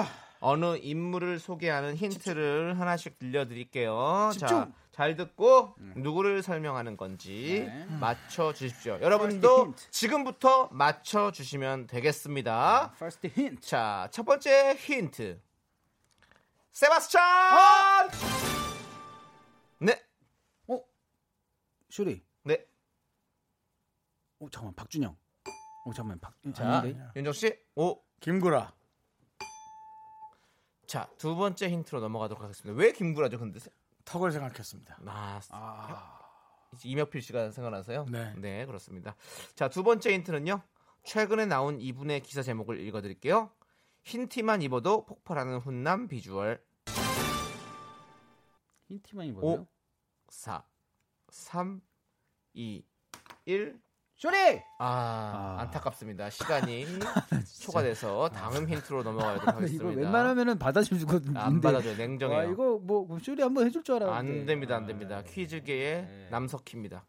Speaker 2: 어느 인물을 소개하는 힌트를 하나씩 들려드릴게요. 자,
Speaker 7: 집중!
Speaker 2: 잘 듣고 누구를 설명하는 건지
Speaker 7: 네.
Speaker 2: 맞춰 주십시오. 여러분도
Speaker 7: 힌트.
Speaker 2: 지금부터 맞춰 주시면 되겠습니다.
Speaker 7: First hint.
Speaker 2: 자, 첫 번째 힌트. 세바스찬! 네,
Speaker 7: 어? 쇼리.
Speaker 2: 네.
Speaker 7: 어, 잠깐만. 박준영. 어, 잠깐만. 박,
Speaker 2: 자,
Speaker 7: 아닌데?
Speaker 2: 윤정 씨, 오.
Speaker 1: 김구라
Speaker 2: 자, 두 번째 힌트로 넘어가도록 하겠습니다. 왜 김구라죠, 근데?
Speaker 1: 턱을 생각했습니다.
Speaker 2: 아, 이제 이명필 씨가 생각나서요.
Speaker 1: 네.
Speaker 2: 그렇습니다. 자, 두 번째 힌트는요. 최근에 나온 이분의 기사 제목을 읽어 드릴게요. 흰 티만 입어도 폭발하는 훈남 비주얼
Speaker 7: 힌트만 입어요.
Speaker 2: 4 3 2 1
Speaker 7: 쇼리!
Speaker 2: 아, 안타깝습니다. 시간이
Speaker 7: 아,
Speaker 2: 초과돼서 다음 힌트로 넘어가도록
Speaker 7: 이거
Speaker 2: 하겠습니다.
Speaker 7: 웬만하면은 받아줄 것 같은데.
Speaker 2: 안 받아줘요. 냉정해요.
Speaker 7: 와, 이거 뭐, 그럼 쇼리 한번 해줄 줄 알았는데. 아, 네.
Speaker 2: 안 됩니다, 안 됩니다. 퀴즈계의 남석희입니다.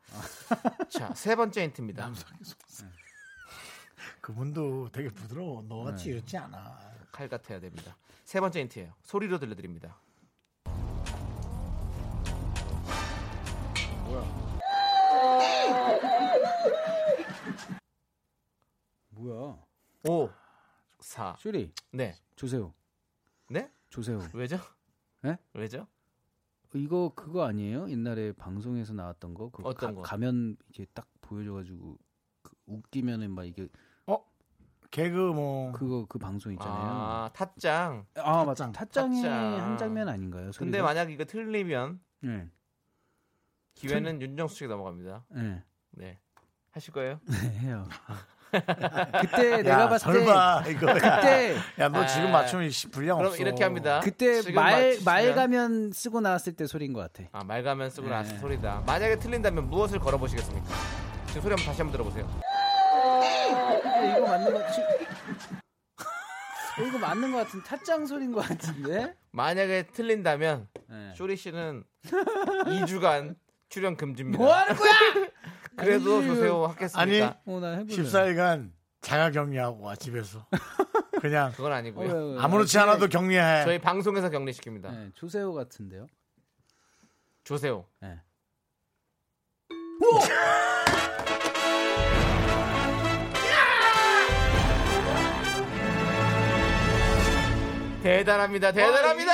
Speaker 2: 자, 세 번째 힌트입니다.
Speaker 1: 그분도 되게 부드러워.
Speaker 7: 네.
Speaker 1: 너같이 이렇지 않아.
Speaker 2: 칼 같아야 됩니다. 세 번째 힌트예요. 소리로 들려드립니다.
Speaker 7: 뭐야.
Speaker 2: 5 4
Speaker 7: 쇼리,
Speaker 2: 네.
Speaker 7: 조세호.
Speaker 2: 네?
Speaker 7: 조세호.
Speaker 2: 왜죠?
Speaker 7: 네?
Speaker 2: 왜죠?
Speaker 7: 이거 그거 아니에요? 옛날에 방송에서 나왔던 거? 그거
Speaker 2: 어떤 거?
Speaker 7: 가면 이렇게 딱 보여줘가지고 그 웃기면은 막 이게
Speaker 1: 개그 뭐
Speaker 7: 그거 그 방송 있잖아요.
Speaker 2: 아, 탓장.
Speaker 7: 아, 맞다.
Speaker 1: 탓장.
Speaker 7: 타짱의
Speaker 2: 탓장.
Speaker 7: 한 장면 아닌가요?
Speaker 2: 근데
Speaker 7: 소리가?
Speaker 2: 만약 이거 틀리면
Speaker 7: 네.
Speaker 2: 기회는 윤정수 씨가 넘어갑니다.
Speaker 7: 네.
Speaker 2: 네. 하실 거예요?
Speaker 7: 네, 해요. 그때
Speaker 1: 야,
Speaker 7: 내가 봤을 때
Speaker 1: 설마 이거
Speaker 7: 그때
Speaker 1: 야너
Speaker 2: 아,
Speaker 1: 지금 맞추면 씨, 분량
Speaker 2: 그럼
Speaker 1: 없어.
Speaker 2: 이렇게 합니다.
Speaker 7: 그때
Speaker 2: 지금
Speaker 7: 말
Speaker 2: 맞추시면-
Speaker 7: 말가면 쓰고 나왔을 때 소리인 것 같아.
Speaker 2: 아, 말가면 쓰고 나서
Speaker 7: 네.
Speaker 2: 소리다. 만약에 틀린다면 무엇을 걸어 보시겠습니까? 지금 소리 한번 다시 한번 들어보세요.
Speaker 7: 근데 이거 맞는 거 어, 이거 맞는 것 같은 타짱 소리인 것 같은데.
Speaker 2: 만약에 틀린다면
Speaker 7: 네.
Speaker 2: 쇼리 씨는 2주간 출연 금지입니다.
Speaker 7: 뭐 하는 거야?
Speaker 2: 그래도
Speaker 7: 아니,
Speaker 2: 조세호 하겠습니까?
Speaker 1: 아니,
Speaker 7: 어, 나 해볼래.
Speaker 1: 14일간 자가격리하고 와 집에서 그냥
Speaker 2: 그건
Speaker 7: 어, 왜,
Speaker 2: 아니고요.
Speaker 7: 왜, 왜.
Speaker 1: 아무렇지 않아도 격리해.
Speaker 2: 네. 저희 방송에서 격리시킵니다.
Speaker 7: 네, 조세호 같은데요.
Speaker 2: 조세호.
Speaker 7: 네.
Speaker 2: 대단합니다. 대단합니다.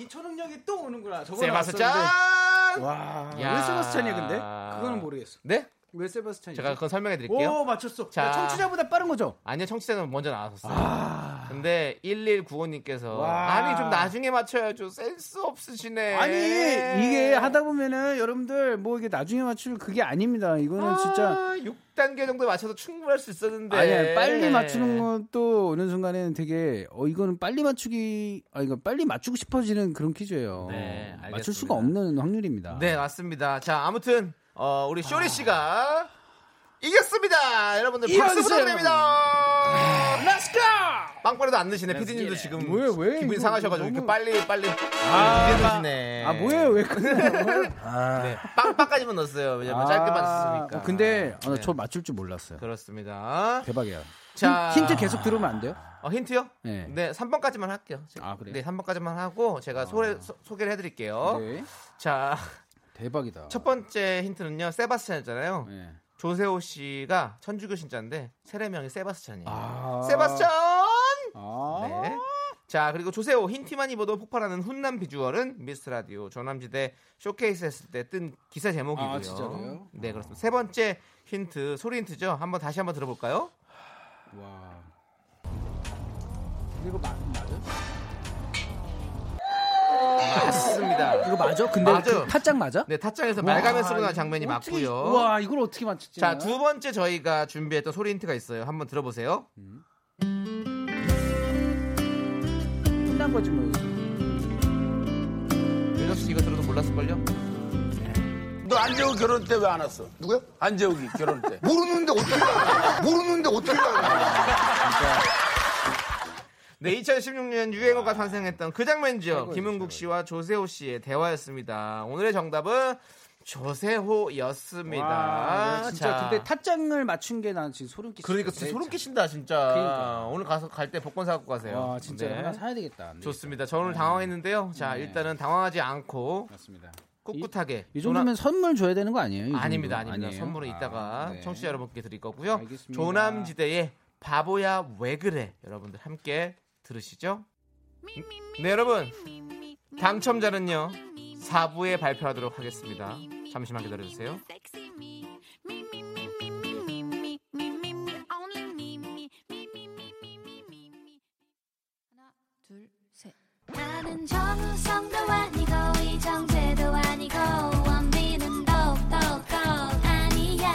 Speaker 7: 이 초능력이 또 오는구나. 저거
Speaker 2: 세바스찬.
Speaker 7: 와.
Speaker 2: 야.
Speaker 7: 왜 세바스찬이야 근데? 그거는 모르겠어.
Speaker 2: 네?
Speaker 7: 왜 세바스찬이?
Speaker 2: 제가 그건 설명해 드릴게요.
Speaker 7: 오 맞췄어.
Speaker 2: 자.
Speaker 7: 야, 청취자보다 빠른 거죠?
Speaker 2: 아니요, 청취자는 먼저 나왔었어요. 근데 1195님께서
Speaker 7: 아. 와.
Speaker 2: 아니 좀 나중에 맞춰야죠. 센스 없으시네.
Speaker 7: 아니 이게 하다 보면은 여러분들 뭐 이게 나중에 맞출 그게 아닙니다. 이거는 진짜
Speaker 2: 6단계 정도 맞춰서 충분할 수 있었는데.
Speaker 7: 아니야 빨리
Speaker 2: 네.
Speaker 7: 맞추는 것도 어느 순간에는 되게 어 이거는 빨리 맞추기 아 이거 빨리 맞추고 싶어지는 그런 퀴즈예요.
Speaker 2: 네, 알겠습니다.
Speaker 7: 맞출 수가 없는 확률입니다.
Speaker 2: 네, 맞습니다. 자, 아무튼 어, 우리 쇼리 씨가 이겼습니다. 여러분들 박수
Speaker 7: 이겼어요.
Speaker 2: 부탁드립니다. 빵빠레도 안 드시네. 피디님도 지금
Speaker 7: 왜, 왜
Speaker 2: 기분이
Speaker 7: 이거
Speaker 2: 상하셔가지고
Speaker 7: 너무-
Speaker 2: 이렇게 빨리 빨리 안 드시네.
Speaker 7: 아 뭐예요 왜 그래?
Speaker 2: 네, 빵빵까지만 넣었어요. 왜냐면 네, 뭐 짧게 받았으니까. 네.
Speaker 7: 근데 아, 어, 저 맞출 줄 몰랐어요.
Speaker 2: 그렇습니다.
Speaker 7: 대박이야.
Speaker 2: 자.
Speaker 7: 힌, 트 계속 들으면 안 돼요?
Speaker 2: 어, 힌트요?
Speaker 7: 네.
Speaker 2: 네. 3번까지만 할게요. 제가.
Speaker 7: 아, 그래요? 아.
Speaker 2: 네, 3번까지만 하고 제가 소개, 소, 개를 해드릴게요.
Speaker 7: 네.
Speaker 2: 자,
Speaker 7: 대박이다.
Speaker 2: 어? 첫 번째 힌트는요. 세바스찬이잖아요.
Speaker 7: 예.
Speaker 2: 조세호 씨가 천주교 신자인데 세례명이 세바스찬이에요.
Speaker 7: 아.
Speaker 2: 세바스찬!
Speaker 7: 아.
Speaker 2: 네. 자, 그리고 조세호 흰티만 입어도 폭발하는 훈남 비주얼은 미스 라디오 조남지대 쇼케이스 했을 때 뜬 기사 제목이고요.
Speaker 7: 아, 진짜로요?
Speaker 2: 네, 그렇습니다. 세 번째 힌트, 소리 힌트죠. 한번 다시 한번 들어볼까요?
Speaker 7: 와. 이거 마, 맞아? 아.
Speaker 2: 맞습니다.
Speaker 7: 이거 맞아? 근데
Speaker 2: 맞아요.
Speaker 7: 그 타짝 맞아?
Speaker 2: 네, 타짜에서 말가면 쓰고
Speaker 7: 와,
Speaker 2: 나는 장면이
Speaker 7: 어떻게-
Speaker 2: 맞고요.
Speaker 7: 와, 이걸 어떻게 맞췄지?
Speaker 2: 자, 두 번째 저희가 준비했던 소리 힌트가 있어요. 한번 들어보세요.
Speaker 7: 끝난 거지 뭐. 여기서.
Speaker 2: 윤혁 씨 이거 들어도 몰랐을걸요?
Speaker 8: 너 안재욱이 결혼 때 왜 안 왔어? 누구요? 안재욱이 결혼 때. 모르는데 어떻게 알아? 모르는데 어떻게 알아?
Speaker 2: 네, 2016년
Speaker 7: 아.
Speaker 2: 유행어가 탄생했던 그 장면이죠. 김은국 씨와 조세호 씨의 대화였습니다. 오늘의 정답은 조세호였습니다.
Speaker 7: 와, 나 진짜
Speaker 2: 자,
Speaker 7: 근데 타짝을 맞춘 게 난 아, 지금 소름 끼치.
Speaker 2: 그러니까 진짜 소름 끼친다 진짜.
Speaker 7: 그러니까.
Speaker 2: 오늘 가서 갈 때 복권 사갖고 가세요.
Speaker 7: 와, 진짜
Speaker 2: 네.
Speaker 7: 하나 사야 네. 되겠다. 안 되겠다.
Speaker 2: 좋습니다. 저 오늘 당황했는데요. 자, 일단은 당황하지 않고
Speaker 7: 맞습니다.
Speaker 2: 꿋꿋하게
Speaker 7: 이 정도면 선물 줘야 되는 거 아니에요? 예, 이 정도?
Speaker 2: 아닙니다, 아닙니다.
Speaker 7: 아니에요?
Speaker 2: 선물은
Speaker 7: 아,
Speaker 2: 이따가
Speaker 7: 네.
Speaker 2: 청취자 여러분께 드릴 거고요.
Speaker 7: 알겠습니다.
Speaker 2: 조남지대의 바보야 왜 그래 여러분들 함께 들으시죠. 네 여러분 당첨자는요 4부에 발표하도록 하겠습니다. 잠시만 기다려주세요.
Speaker 5: 나는 정우성도 아니고 이정재도 아니고 원빈은 더욱더 아니야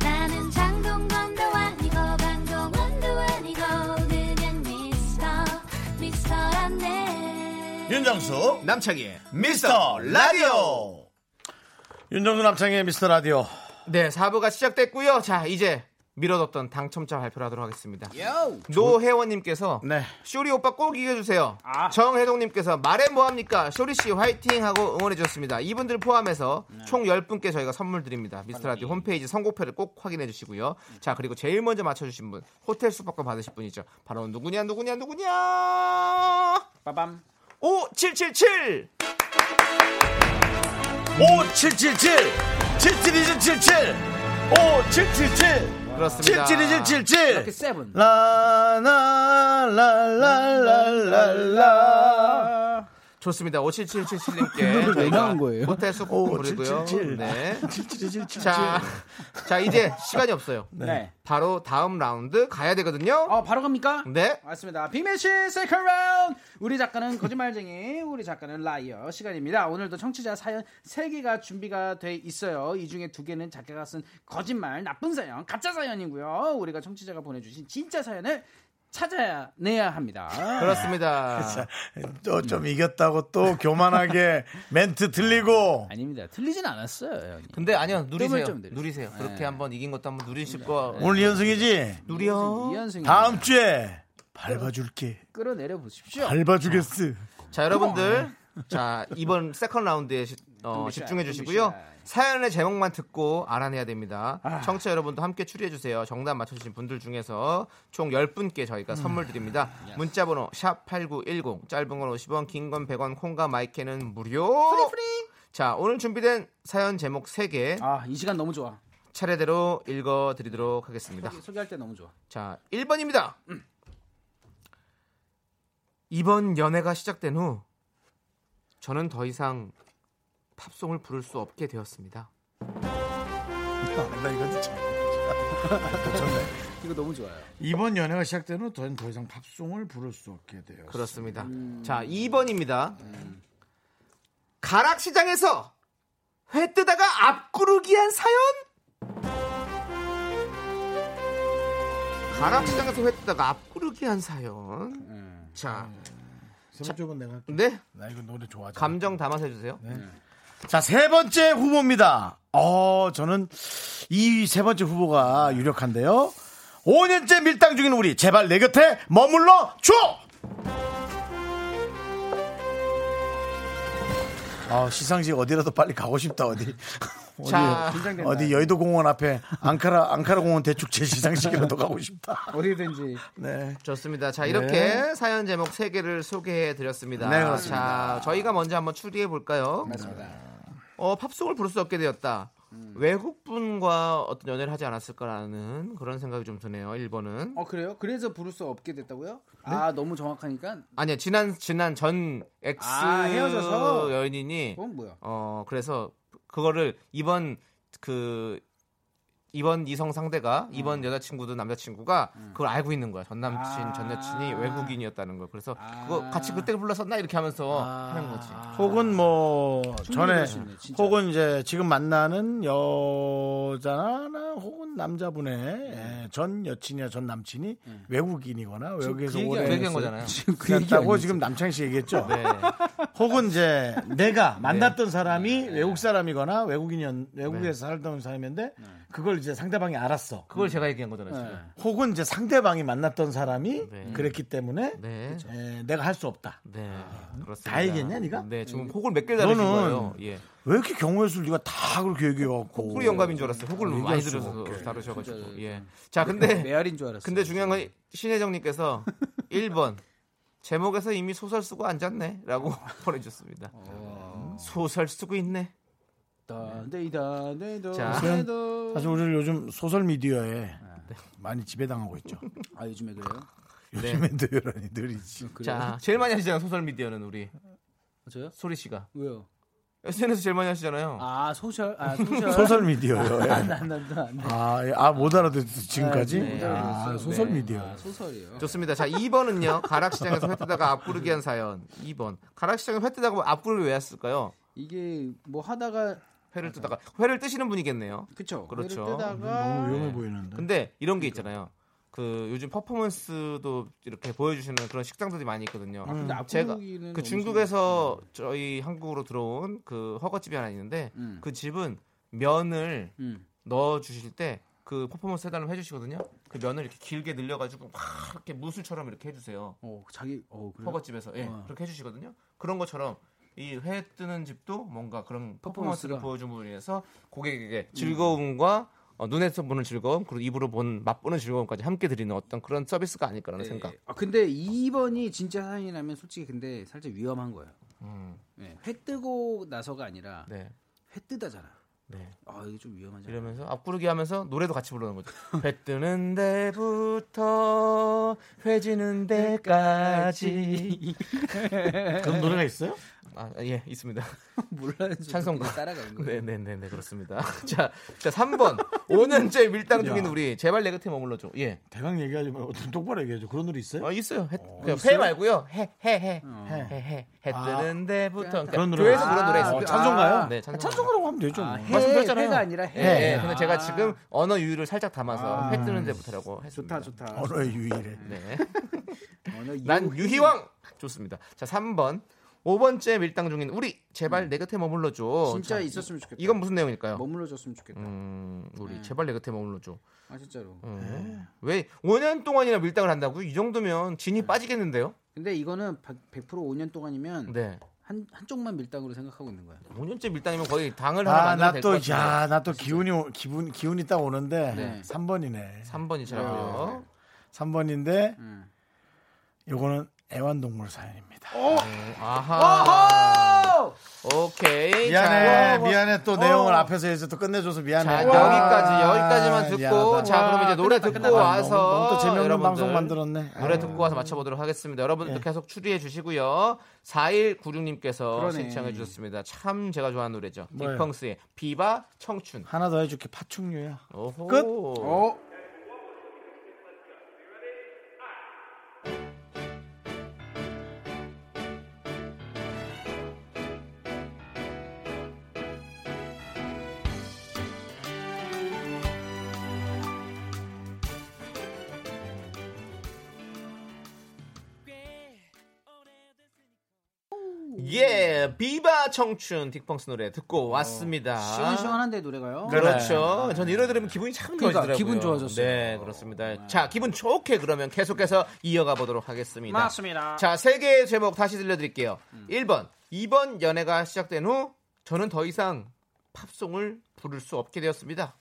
Speaker 5: 나는 장동건도 아니고 강동원도 아니고 그냥 미스터 미스터란데
Speaker 1: 윤정수
Speaker 2: 남창희의
Speaker 1: 미스터 라디오 윤정수 남창의 미스터 라디오
Speaker 2: 네 4부가 시작됐고요. 자 이제 미뤄뒀던 당첨자 발표를 하도록 하겠습니다. 노혜원님께서
Speaker 1: 네
Speaker 2: 쇼리 오빠 꼭 이겨주세요.
Speaker 7: 아.
Speaker 2: 정혜동님께서 말해 뭐합니까? 쇼리씨 화이팅 하고 응원해주셨습니다. 이분들 포함해서
Speaker 7: 네.
Speaker 2: 총 10분께 저희가 선물 드립니다. 미스터라디오 홈페이지 선곡표를 꼭 확인해주시고요.
Speaker 7: 네.
Speaker 2: 자, 그리고 제일 먼저 맞춰주신 분, 호텔 숙박권 받으실 분이죠. 바로 누구냐, 누구냐, 누구냐!
Speaker 7: 빠밤.
Speaker 2: 5777!
Speaker 1: 5777 77277 5777
Speaker 2: 그렇습니다.
Speaker 1: 77277
Speaker 7: 이렇게 세븐.
Speaker 1: 라라라라라라
Speaker 2: 좋습니다. 57777님께
Speaker 7: 그 왜
Speaker 2: 저희가
Speaker 7: 나온 거예요?
Speaker 2: 호텔 숙박권 드리고요.
Speaker 1: 5777.
Speaker 2: 네.
Speaker 1: 77277
Speaker 2: 자, 자, 이제 시간이 없어요.
Speaker 7: 네.
Speaker 2: 바로 다음 라운드 가야 되거든요.
Speaker 7: 어, 바로 갑니까?
Speaker 2: 네.
Speaker 7: 맞습니다. 비매치 세컨 라운드. 우리 작가는 거짓말쟁이, 우리 작가는 라이어 시간입니다. 오늘도 청취자 사연 세개가 준비가 돼 있어요. 이 중에 두개는 작가가 쓴 거짓말, 나쁜 사연, 가짜 사연이고요. 우리가 청취자가 보내주신 진짜 사연을 찾아내야 합니다.
Speaker 2: 그렇습니다.
Speaker 1: 또좀 이겼다고 또 교만하게 멘트 들리고
Speaker 7: 아닙니다. 틀리진 않았어요. 형님.
Speaker 2: 근데 아니요
Speaker 7: 점을
Speaker 2: 누리세요.
Speaker 7: 좀 드리세요.
Speaker 2: 누리세요.
Speaker 7: 네.
Speaker 2: 그렇게 한번 이긴 것도 한번 누리실 거.
Speaker 1: 오늘 이현승이지
Speaker 2: 누려.
Speaker 7: 이현승
Speaker 1: 다음 주에 밟아줄게
Speaker 7: 끌어내려 보십시오.
Speaker 1: 밟아주겠어
Speaker 2: 자 여러분들 자 이번 세컨 라운드에 시- 어,
Speaker 7: 눈부셔,
Speaker 2: 집중해 주시고요.
Speaker 7: 눈부셔.
Speaker 2: 사연의 제목만 듣고 알아내야 됩니다. 청취자 여러분도 함께 추리해 주세요. 정답 맞춰주신 분들 중에서 총 10분께 저희가 선물 드립니다. 문자번호 샵 8910 짧은 건 50원 긴 건 100원 콩과 마이크는 무료 자 오늘 준비된 사연 제목 3개
Speaker 7: 아, 이 시간 너무 좋아.
Speaker 2: 차례대로 읽어드리도록 하겠습니다.
Speaker 7: 소개할 때 너무 좋아.
Speaker 2: 자, 1번입니다. 이번 연애가 시작된 후 저는 더 이상 팝송을 부를 수 없게 되었습니다.
Speaker 1: 나 이거 참
Speaker 7: 이거 너무 좋아요.
Speaker 1: 이번 연애가 시작된 후 저는 더 이상 팝송을 부를 수 없게 돼요.
Speaker 2: 그렇습니다. 자, 2번입니다. 가락시장에서 회 뜨다가 앞구르기한 사연? 가락시장에서 회 뜨다가 앞구르기한 사연. 자,
Speaker 1: 세 번째는 내가 할게.
Speaker 2: 네.
Speaker 1: 나 이거 노래 좋아하잖아.
Speaker 2: 감정 담아서 해주세요.
Speaker 1: 자, 세 번째 후보입니다. 어, 저는 이 세 번째 후보가 유력한데요. 5년째 밀당 중인 우리 제발 내 곁에 머물러 줘. 아, 시상식 어디라도 빨리 가고 싶다 어디. 어디,
Speaker 2: 자.
Speaker 1: 어디 여의도 공원 앞에 앙카라 앙카라 공원 대축 제시상식이라도 가고 싶다.
Speaker 7: 어디든지.
Speaker 1: 네.
Speaker 2: 좋습니다. 자, 이렇게
Speaker 1: 네.
Speaker 2: 사연 제목 3개를 소개해 드렸습니다.
Speaker 1: 네, 그렇습니다.
Speaker 2: 자, 저희가 먼저 한번 추리해 볼까요?
Speaker 7: 맞습니다.
Speaker 2: 어, 팝송을 부를 수 없게 되었다. 외국분과 어떤 연애를 하지 않았을까라는 그런 생각이 좀 드네요. 1번은.
Speaker 7: 어 그래요? 그래서 부를 수 없게 됐다고요? 아 너무 정확하니까
Speaker 2: 아니야, 지난 지난 전 X
Speaker 7: 아, 헤어져서?
Speaker 2: 여인이
Speaker 7: 그건 뭐야?
Speaker 2: 어, 그래서 그거를 이번 그 이번 이성 상대가
Speaker 1: 음.
Speaker 2: 이번 여자친구든 남자친구가 그걸 알고 있는 거야. 전 남친,
Speaker 7: 아.
Speaker 2: 전 여친이 외국인이었다는 걸. 그래서
Speaker 7: 아.
Speaker 2: 그거 같이 그때 불렀었나 이렇게 하면서
Speaker 1: 아.
Speaker 2: 하는 거지.
Speaker 1: 혹은 뭐 전에
Speaker 7: 그럴 수 있네, 진짜.
Speaker 1: 혹은 이제 지금 만나는 여자나 혹은 남자분의
Speaker 2: 네.
Speaker 1: 예, 전 여친이나 전 남친이 외국인이거나 외국에서
Speaker 2: 그
Speaker 1: 오래
Speaker 2: 얘기한 거잖아요.
Speaker 1: 지냈다고 지금 남창희 씨 얘기했죠.
Speaker 2: 네.
Speaker 1: 혹은 이제 내가 만났던 사람이
Speaker 2: 네.
Speaker 1: 외국 사람이거나 외국인이었 외국에서 살던 사람인데
Speaker 2: 네.
Speaker 1: 그걸 이제 상대방이 알았어.
Speaker 2: 그걸 제가 얘기한 거잖아요. 지금.
Speaker 1: 혹은 이제 상대방이 만났던 사람이
Speaker 2: 네.
Speaker 1: 그랬기 때문에
Speaker 2: 네.
Speaker 1: 예, 내가 할 수 없다.
Speaker 2: 네. 그렇습니다.
Speaker 1: 아. 다 얘기했냐, 네가? 음.
Speaker 2: 네, 지금 혹을 몇 개를 다는
Speaker 1: 너는
Speaker 2: 거예요. 예.
Speaker 1: 왜 이렇게 경우의 수를 네가 다 그렇게 얘기해갖고
Speaker 2: 호구리 영감인 줄 알았어요. 호구를
Speaker 1: 아, 얘기할
Speaker 2: 많이
Speaker 1: 수가
Speaker 2: 들어서
Speaker 1: 없게.
Speaker 2: 다루셔가지고. 예. 자,
Speaker 1: 네.
Speaker 2: 근데
Speaker 7: 메아린 줄 알았어.
Speaker 2: 근데 중요한 건 신혜정님께서 1번 제목에서 이미 소설 쓰고 앉았네라고 보내주셨습니다.
Speaker 7: 어.
Speaker 2: 소설 쓰고 있네.
Speaker 7: 다네이다 네도
Speaker 2: 자.
Speaker 7: 네도.
Speaker 1: 사실 우리는 요즘 소설 미디어에
Speaker 2: 네.
Speaker 1: 많이 지배당하고 있죠.
Speaker 7: 아 요즘에 그래요?
Speaker 1: 요즘에 늘이 늘이지.
Speaker 2: 자, 제일 많이 하시잖아요. 소설 미디어는 우리
Speaker 7: 저요?
Speaker 2: 소리 씨가
Speaker 7: 왜요?
Speaker 2: SNS 제일 많이 하시잖아요.
Speaker 7: 아 소셜 아
Speaker 2: 네.
Speaker 7: 소셜.
Speaker 1: 소설 미디어요.
Speaker 2: 아,
Speaker 1: 예.
Speaker 7: 난난난
Speaker 1: 아, 예. 아, 못 알아듣지 지금까지.
Speaker 7: 네, 못 알아들었어요.
Speaker 1: 아, 소설
Speaker 2: 네.
Speaker 1: 미디어.
Speaker 7: 소설이요.
Speaker 2: 좋습니다. 자, 2번은요. 가락시장에서 회 뜨다가 앞구르기 한 사연. 2번. 가락시장에서 회 뜨다가 뭐 앞구르기 왜 했을까요?
Speaker 7: 이게 뭐 하다가
Speaker 2: 회를 뜨다가 회를 뜨시는 분이겠네요.
Speaker 7: 그쵸?
Speaker 2: 그렇죠.
Speaker 7: 회를 뜨다가
Speaker 1: 너무 위험해 보이는데.
Speaker 2: 근데 이런 게 있잖아요. 그 요즘 퍼포먼스도 이렇게 보여주시는 그런 식당들이 많이 있거든요.
Speaker 7: 아, 근데
Speaker 2: 제가
Speaker 7: 앞구르기는
Speaker 2: 그
Speaker 7: 엄청-
Speaker 2: 중국에서 저희 한국으로 들어온 그 허거집이 하나 있는데
Speaker 7: 음.
Speaker 2: 그 집은 면을
Speaker 7: 음. 넣
Speaker 2: 넣어 주실 때 그 퍼포먼스 해달라고 해주시거든요. 그 면을 이렇게 길게 늘려가지고 막 이렇게 무술처럼 이렇게 해주세요.
Speaker 7: 어 자기 어 그래.
Speaker 2: 허거집에서 예
Speaker 7: 어.
Speaker 2: 그렇게 해주시거든요. 그런 것처럼 이 회 뜨는 집도 뭔가 그런
Speaker 7: 퍼포먼스가.
Speaker 2: 퍼포먼스를 보여준 분위해서 고객에게 즐거움과 어, 눈에서 보는 즐거움 그리고 입으로 본 맛보는 즐거움까지 함께 드리는 어떤 그런 서비스가 아닐까라는 생각.
Speaker 7: 아, 근데 2번이 진짜 사연이라면 솔직히 근데 살짝 위험한 거예요.
Speaker 2: 음,
Speaker 7: 네, 회 뜨고 나서가 아니라
Speaker 2: 네.
Speaker 7: 회 뜨다잖아.
Speaker 2: 네.
Speaker 7: 아 이게 좀 위험하지 않아?
Speaker 2: 이러면서 앞구르기 하면서 노래도 같이 부르는 거죠. 배 뜨는 데부터 회 지는 데까지. 네.
Speaker 1: 그런 노래가 있어요?
Speaker 2: 아, 예, 있습니다.
Speaker 7: 몰라요. 어, 저도
Speaker 2: 찬송가.
Speaker 7: 그냥 따라가는 거예요.
Speaker 2: 네네네네, 그렇습니다. 자, 자, 3번. 5년째 밀당 중인
Speaker 1: 야.
Speaker 2: 우리 제발 내 곁에 머물러줘. 예.
Speaker 1: 대강 얘기하지 말고 좀 똑바로 얘기해줘. 그런 노래 있어요?
Speaker 2: 어 있어요. 해, 그냥 회 말고요. 해 해 해 해 해 해
Speaker 1: 아.
Speaker 2: 뜨는 데부터 그러니까
Speaker 1: 그런 노래.
Speaker 2: 교회에서
Speaker 1: 아,
Speaker 2: 부른 노래 있어요.
Speaker 1: 어, 찬송가요?
Speaker 7: 아,
Speaker 2: 네, 찬송가.
Speaker 1: 찬송으로 하면 되죠.
Speaker 7: 아,
Speaker 1: 뭐.
Speaker 7: 해,
Speaker 2: 말씀드렸잖아요.
Speaker 7: 회가 아니라 해.
Speaker 2: 예, 예.
Speaker 7: 아,
Speaker 2: 근데 제가 지금 언어 유희를 살짝 담아서 회 뜨는 데부터라고 했습니다.
Speaker 7: 좋다 좋다.
Speaker 1: 언어의 아, 유일해.
Speaker 2: 네.
Speaker 7: 어느 이유-
Speaker 2: 난 유희왕. 좋습니다. 자, 3번. 5번째 밀당 중인 우리 제발 내 곁에 머물러 줘.
Speaker 7: 진짜
Speaker 2: 자,
Speaker 7: 있었으면 좋겠다. 뭐,
Speaker 2: 이건 무슨 내용일까요?
Speaker 7: 머물러줬으면 좋겠다.
Speaker 2: 음, 우리 제발 내 곁에 머물러 줘.
Speaker 7: 아 진짜로.
Speaker 1: 네.
Speaker 2: 음. 왜 5년 동안이나 밀당을 한다고요? 이 정도면 진이 빠지겠는데요?
Speaker 7: 근데 이거는 100% 5년 동안이면
Speaker 2: 네.
Speaker 7: 한 한쪽만 밀당으로 생각하고 있는 거야.
Speaker 2: 5년째 밀당이면 거의 당을 하나
Speaker 1: 아,
Speaker 2: 만들어 될것
Speaker 1: 나또
Speaker 2: 같은데.
Speaker 1: 야, 나 또 기운이 오- 기분 기운이 딱 오는데
Speaker 7: 네.
Speaker 1: 3번이네.
Speaker 2: 3번이시라고요.
Speaker 1: 3번인데
Speaker 7: 음.
Speaker 1: 요거는 애완동물 사연입니다.
Speaker 2: 아하. 오케이.
Speaker 1: 네. 미안해,
Speaker 2: 자,
Speaker 1: 미안해. 또 내용을 앞에서 이제 또 끝내줘서 미안해.
Speaker 2: 자,
Speaker 1: 어. 아,
Speaker 2: 여기까지 여기까지만 듣고
Speaker 1: 미안하다.
Speaker 2: 자 그럼 이제 노래 듣고 와서
Speaker 1: 너무, 너무 또 재미없는
Speaker 2: 여러분들
Speaker 1: 방송 만들었네. 아. 예.
Speaker 2: 노래 듣고 와서 맞춰보도록 하겠습니다. 여러분들도 계속 추리해 주시고요. 4196님께서
Speaker 7: 그러네.
Speaker 2: 신청해 주셨습니다. 참 제가 좋아하는 노래죠.
Speaker 1: 뭐예요?
Speaker 2: 디펑스의 비바 청춘.
Speaker 1: 하나 더 해줄게. 파충류야.
Speaker 2: 오호.
Speaker 1: 끝.
Speaker 7: 어?
Speaker 2: 예, 비바 청춘 딕펑스 노래 듣고 왔습니다.
Speaker 7: 어, 시원시원한데 노래가요.
Speaker 2: 그렇죠. 전 이러 들으면 기분이 참
Speaker 7: 네. 그러니까
Speaker 2: 좋아지더라고요.
Speaker 7: 기분 좋아졌어요.
Speaker 2: 네, 그렇습니다. 자, 기분 좋게 그러면 계속해서 이어가 보도록 하겠습니다.
Speaker 7: 맞습니다. 음.
Speaker 2: 자, 세 개의 제목 다시 들려드릴게요. 1번, 2번 연애가 시작된 후 저는 더 이상 팝송을 부를 수 없게 되었습니다.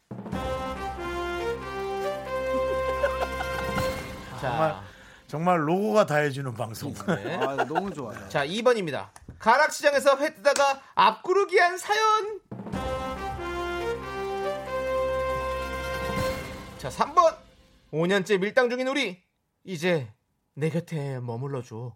Speaker 2: 자,
Speaker 1: 정말 로고가 다 해주는 방송.
Speaker 2: 네.
Speaker 7: 아, 너무 좋아요.
Speaker 2: 자, 2번입니다. 가락시장에서 회 뜨다가 앞구르기 한 사연. 자, 3번. 5년째 밀당 중인 우리. 이제 내 곁에 머물러줘.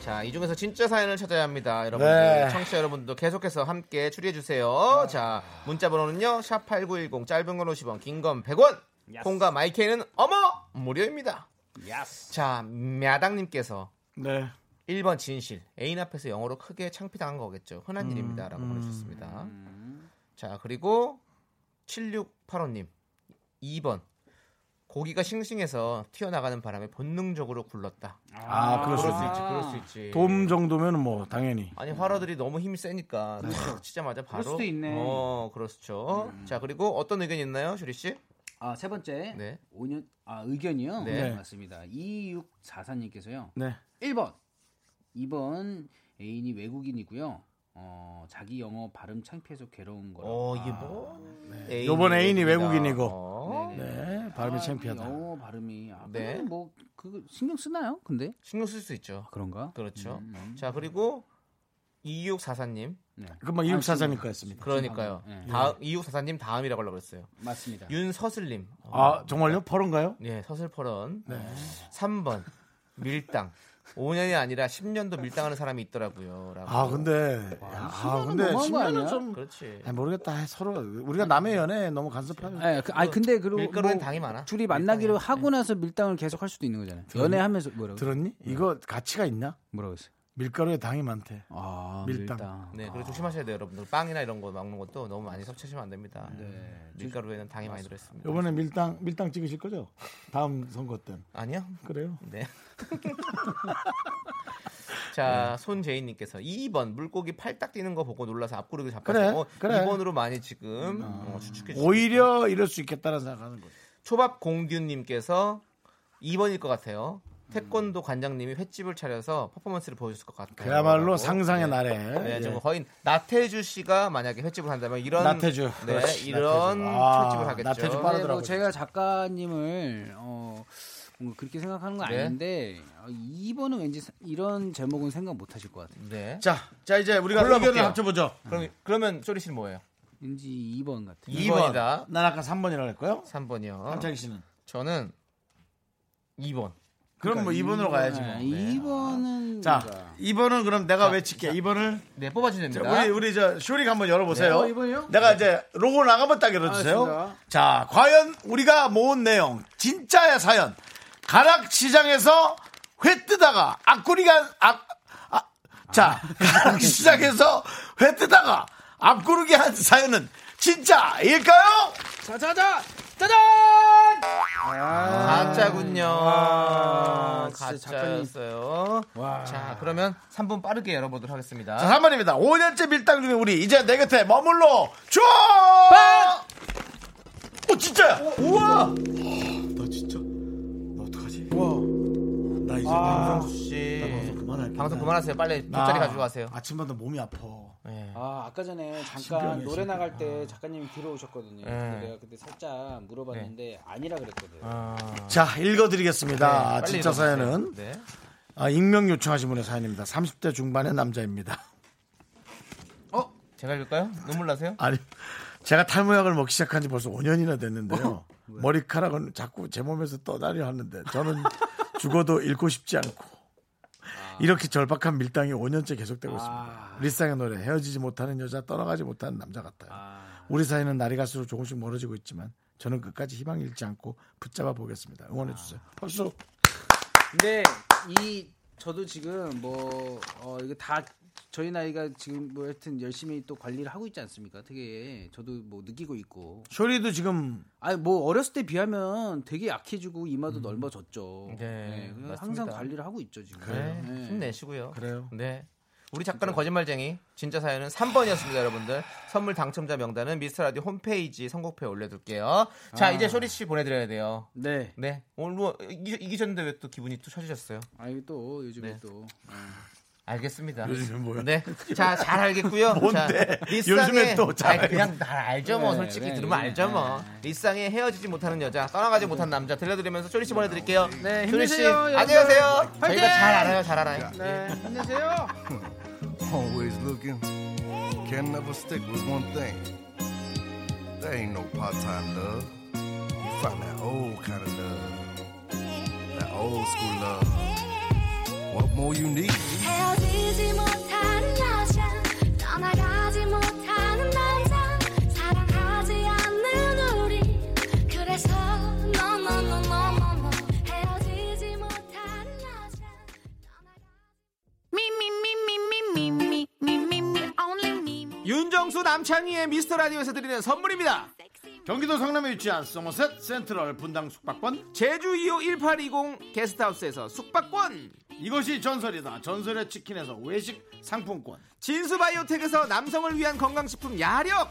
Speaker 2: 자, 이 중에서 진짜 사연을 찾아야 합니다. 여러분들,
Speaker 1: 네.
Speaker 2: 청취자 여러분도 계속해서 함께 추리해주세요. 자, 문자번호는요, 샵8910, 짧은 건 50원, 긴 건 100원, 콩과 마이케이는 어머! 무료입니다. 자, 음, 야당님께서
Speaker 1: 네.
Speaker 2: 1번 진실. 애인 앞에서 영어로 크게 창피당한 거겠죠.
Speaker 1: 음,
Speaker 2: 흔한 일입니다라고 보내주셨습니다. 자 그리고 7685님 2번 고기가 싱싱해서 튀어나가는 바람에 본능적으로 굴렀다.
Speaker 1: 아, 그럴 수 있지.
Speaker 2: 그럴 수 있지.
Speaker 1: 돔 정도면 뭐 당연히.
Speaker 2: 아니 화로들이 너무 힘이 세니까
Speaker 1: 음.
Speaker 2: 탁 치자마자 바로.
Speaker 7: 수도 있네.
Speaker 2: 어 그렇죠. 자 그리고 어떤 의견 있나요, 주리 씨?
Speaker 7: 아, 세 번째.
Speaker 2: 네.
Speaker 7: 5년 아, 의견이요?
Speaker 2: 네.
Speaker 7: 네, 맞습니다. 2644님께서요.
Speaker 1: 네.
Speaker 7: 1번. 2번 애인이 외국인이고요. 어, 자기 영어 발음 창피해서 괴로운 거라.
Speaker 2: 어 이게 뭐? 애인이
Speaker 1: 요번 애인이
Speaker 2: 외국이다.
Speaker 1: 외국인이고.
Speaker 2: 어.
Speaker 1: 네. 발음이
Speaker 7: 아,
Speaker 1: 창피하다.
Speaker 7: 영어 발음이 아,
Speaker 2: 네.
Speaker 7: 네. 뭐 그거 신경 쓰나요? 근데
Speaker 2: 신경 쓸 수 있죠.
Speaker 7: 그런가?
Speaker 2: 그렇죠.
Speaker 7: 음,
Speaker 2: 자 그리고 2644님
Speaker 1: 금방 이름 사자니까 했습니다.
Speaker 2: 그러니까요.
Speaker 7: 네.
Speaker 2: 다음 이육사사님 다음이라고 하려고 그랬어요.
Speaker 7: 맞습니다.
Speaker 2: 윤서슬님.
Speaker 1: 아, 정말요? 퍼런가요?
Speaker 2: 네, 서슬퍼런. 3번 밀당. 5년이 아니라 10년도 밀당하는 사람이 있더라고요. 라고.
Speaker 1: 아, 근데. 야, 아, 근데
Speaker 7: 너무한 거
Speaker 1: 10년은
Speaker 7: 아니야?
Speaker 1: 좀.
Speaker 2: 그렇지.
Speaker 1: 아니, 모르겠다. 서로 우리가 남의 연애에 너무 간섭하면
Speaker 7: 예, 그, 아니 근데 그리고 뭐
Speaker 2: 밀가루엔 당이 많아.
Speaker 7: 둘이 만나기로 하고
Speaker 2: 네.
Speaker 7: 나서 밀당을 계속 할 수도 있는 거잖아요. 연애하면서 뭐라고
Speaker 1: 들었니? 이거 가치가 있냐?
Speaker 7: 뭐라고 했어요?
Speaker 1: 밀가루에 당이 많대.
Speaker 7: 아,
Speaker 1: 밀당.
Speaker 2: 네, 그리고 조심하셔야 돼요, 여러분들. 빵이나 이런 거 먹는 것도 너무 많이 섭취하시면 안 됩니다.
Speaker 7: 네.
Speaker 2: 밀가루에는 당이 많이 들어있습니다.
Speaker 1: 요번에 밀당 밀당 찍으실 거죠? 다음 선거 때.
Speaker 2: 아니요.
Speaker 1: 그래요?
Speaker 2: 네.
Speaker 1: 네.
Speaker 2: 자, 손재인님께서 2번 물고기 팔딱 뛰는 거 보고 놀라서 앞구르기 잡혔고
Speaker 1: 그래, 그래.
Speaker 2: 2번으로 많이 지금 어, 추측해 주고
Speaker 1: 오히려 이럴 수 있겠다는 생각하는 거죠.
Speaker 2: 초밥 공듀님께서 2번일 것 같아요. 태권도 관장님이 횟집을 차려서 퍼포먼스를 보여줬을 것 같아요.
Speaker 1: 그야말로
Speaker 2: 라고.
Speaker 1: 상상의
Speaker 2: 네.
Speaker 1: 나래.
Speaker 2: 네,
Speaker 1: 예.
Speaker 2: 지금 거의 나태주 씨가 만약에 횟집을 한다면 이런
Speaker 1: 나태주.
Speaker 2: 네,
Speaker 1: 그렇지,
Speaker 2: 이런
Speaker 1: 나태주. 아,
Speaker 2: 횟집을 하겠죠.
Speaker 1: 나태주
Speaker 7: 네,
Speaker 1: 빠르더라고요.
Speaker 7: 뭐 제가 작가님을 어, 뭔가 그렇게 생각하는 건
Speaker 2: 네.
Speaker 7: 아닌데 어, 2번은 왠지 사- 이런 제목은 생각 못 하실 것 같아요.
Speaker 2: 네.
Speaker 1: 자, 자 이제 우리가
Speaker 2: 골라볼게요.
Speaker 1: 의견을 합쳐보죠.
Speaker 2: 그럼 그러면 쇼리 씨는 뭐예요?
Speaker 7: 왠지 2번 같아요.
Speaker 2: 2번이다.
Speaker 1: 난 아까 3번이라고 했고요.
Speaker 2: 3번이요.
Speaker 1: 한창희 씨는.
Speaker 2: 저는 2번. 네.
Speaker 1: 그럼 뭐 2번으로 가야지 뭐.
Speaker 7: 2번은
Speaker 1: 자, 2번은 그럼 내가 외칠게. 2번을
Speaker 2: 네, 뽑아주면 됩니다.
Speaker 1: 우리 우리 저 쇼리가 한번 열어보세요.
Speaker 7: 네, 어, 이번이요?
Speaker 1: 내가 이제 로고 나가면 딱 열어주세요.
Speaker 7: 알겠습니다.
Speaker 1: 자, 과연 우리가 모은 내용 진짜의 사연 가락 시장에서 회 뜨다가 앞구리가 앞 아, 자 가락 시장에서 회 뜨다가 앞구르기 한 사연은 진짜일까요?
Speaker 7: 자자자 짜잔!
Speaker 2: 가짜군요.
Speaker 7: 진짜 작가님.
Speaker 2: 가짜였어요. 자, 그러면 3분 빠르게 열어보도록 하겠습니다.
Speaker 1: 자, 3번입니다. 5년째 밀당 중인 우리 이제 내 곁에 머물러 줘. 오 진짜야. 아, 우와. 나 진짜. 나 어떡하지? 우와. 나 이제 방송
Speaker 2: 씨.
Speaker 1: 방송 그만할게.
Speaker 2: 방송 그만하세요. 빨리
Speaker 1: 나
Speaker 2: 돗자리 가지고 가세요.
Speaker 1: 음. 아침마다 몸이 아파.
Speaker 2: 예.
Speaker 7: 아 아까 전에 잠깐
Speaker 1: 신기하네,
Speaker 7: 노래
Speaker 1: 진짜.
Speaker 7: 나갈
Speaker 2: 아.
Speaker 7: 때 작가님이
Speaker 2: 네.
Speaker 7: 들어오셨거든요. 근데 내가 그때 살짝 물어봤는데 아니라 그랬거든요.
Speaker 1: 자, 읽어드리겠습니다.
Speaker 2: 네, 빨리
Speaker 1: 진짜
Speaker 2: 읽어주세요.
Speaker 1: 사연은
Speaker 2: 네.
Speaker 1: 아, 익명 요청하신 분의 사연입니다. 30대 중반의 남자입니다.
Speaker 2: 어? 제가 읽을까요? 눈물 나세요?
Speaker 1: 아니, 제가 탈모약을 먹기 시작한 지 벌써 5년이나 됐는데요. 머리카락은 자꾸 제 몸에서 떠나려 하는데 저는 죽어도 읽고 싶지 않고 이렇게 절박한 밀당이 5년째 계속되고 있습니다. 리쌍의 노래 헤어지지 못하는 여자 떠나가지 못하는 남자 같아요. 우리 사이는 날이 갈수록 조금씩 멀어지고 있지만 저는 끝까지 희망 잃지 않고 붙잡아 보겠습니다. 응원해 주세요. 박수.
Speaker 7: 근데 이 저도 지금 뭐 어, 이게 다 저희 나이가 지금 뭐 하여튼 열심히 또 관리를 하고 있지 않습니까? 되게 저도 뭐 느끼고 있고.
Speaker 1: 쇼리도 지금
Speaker 7: 아니 뭐 어렸을 때 비하면 되게 약해지고 이마도 넓어졌죠.
Speaker 2: 음. 네,
Speaker 7: 그냥
Speaker 2: 맞습니다.
Speaker 7: 항상 관리를 하고 있죠 지금.
Speaker 2: 네,
Speaker 7: 네.
Speaker 2: 힘내시고요.
Speaker 1: 그래요.
Speaker 2: 네. 우리 작가는 거짓말쟁이. 진짜 사연은 3번이었습니다, 여러분들. 선물 당첨자 명단은 미스터 라디오 홈페이지 선곡표에 올려둘게요.
Speaker 1: 아.
Speaker 2: 자, 이제 쇼리 씨 보내드려야 돼요.
Speaker 7: 네.
Speaker 2: 네. 오늘 뭐 이기, 이기셨는데 왜 또 기분이 또 처지셨어요?
Speaker 7: 아니 또 요즘에
Speaker 2: 네.
Speaker 7: 또
Speaker 2: 알겠습니다.
Speaker 1: 요즘에 뭐요?
Speaker 2: 네. 자, 잘 알겠고요.
Speaker 1: 뭔데?
Speaker 2: 자, 일상의-
Speaker 1: 요즘에 또 잘
Speaker 2: 아니, 그냥 다 알죠, 뭐.
Speaker 7: 네,
Speaker 2: 솔직히
Speaker 7: 네,
Speaker 2: 들으면
Speaker 7: 요즘에,
Speaker 2: 알죠, 뭐. 일상에 헤어지지 못하는 여자, 떠나가지 못한 남자 들려드리면서 쇼리 씨 보내드릴게요.
Speaker 7: 네,
Speaker 2: 쇼리 씨,
Speaker 7: 힘내세요, 여러분.
Speaker 2: 안녕하세요.
Speaker 7: 화이팅!
Speaker 2: 저희가 잘 알아요, 잘 알아요. 예.
Speaker 7: 네, 힘내세요.
Speaker 9: Always looking, can never stick with one thing. There ain't no part time love. You find that old kind of love, that old school love. What more you need?
Speaker 5: 헤어지지 못하는 여자 떠나가지 못하는 남자 사랑하지 않는 우리 그래서 너너너너너너 헤어지지 못하는 여자
Speaker 4: 어,
Speaker 2: 윤정수 남창희의 미스터 라디오에서 드리는 선물입니다.
Speaker 1: 경기도 성남에 위치한 서머셋 센트럴 분당 숙박권
Speaker 2: 제주 2호 1820 게스트하우스에서 숙박권.
Speaker 1: 이것이 전설이다 전설의 치킨에서 외식 상품권
Speaker 2: 진수바이오텍에서 남성을 위한 건강식품 야력.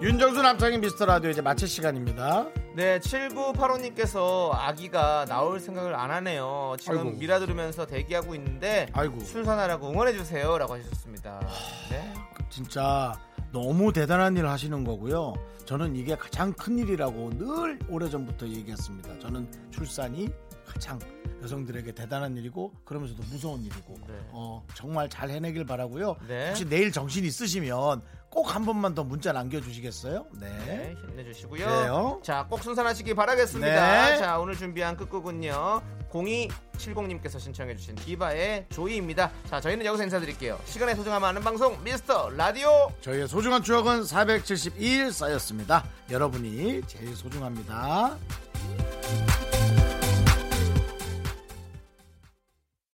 Speaker 1: 윤정수 남창의 미스터라디오 이제 마칠 시간입니다
Speaker 2: 네, 7985님께서 아기가 나올 생각을 안 하네요. 지금
Speaker 1: 아이고.
Speaker 2: 미라 들으면서 대기하고 있는데
Speaker 1: 아이고.
Speaker 2: 순산하라고 응원해 주세요라고 하셨습니다. 네.
Speaker 1: 진짜 너무 대단한 일을 하시는 거고요. 저는 이게 가장 큰 일이라고 늘 오래전부터 얘기했습니다. 저는 출산이 가장 여성들에게 대단한 일이고 그러면서도 무서운 일이고
Speaker 2: 네.
Speaker 1: 어, 정말 잘 해내길 바라고요.
Speaker 2: 네.
Speaker 1: 혹시 내일 정신 있으시면 꼭 한 번만 더 문자 남겨주시겠어요? 네.
Speaker 2: 네, 힘내주시고요.
Speaker 1: 그래요.
Speaker 2: 자, 꼭 순산하시기 바라겠습니다.
Speaker 1: 네.
Speaker 2: 자, 오늘 준비한 끝곡은요. 0270님께서 신청해주신 디바의 조이입니다. 자, 저희는 여기서 인사드릴게요. 시간의 소중함 아는 방송, 미스터 라디오!
Speaker 1: 저희의 소중한 추억은 472일 쌓였습니다. 여러분이 제일 소중합니다.
Speaker 5: 넌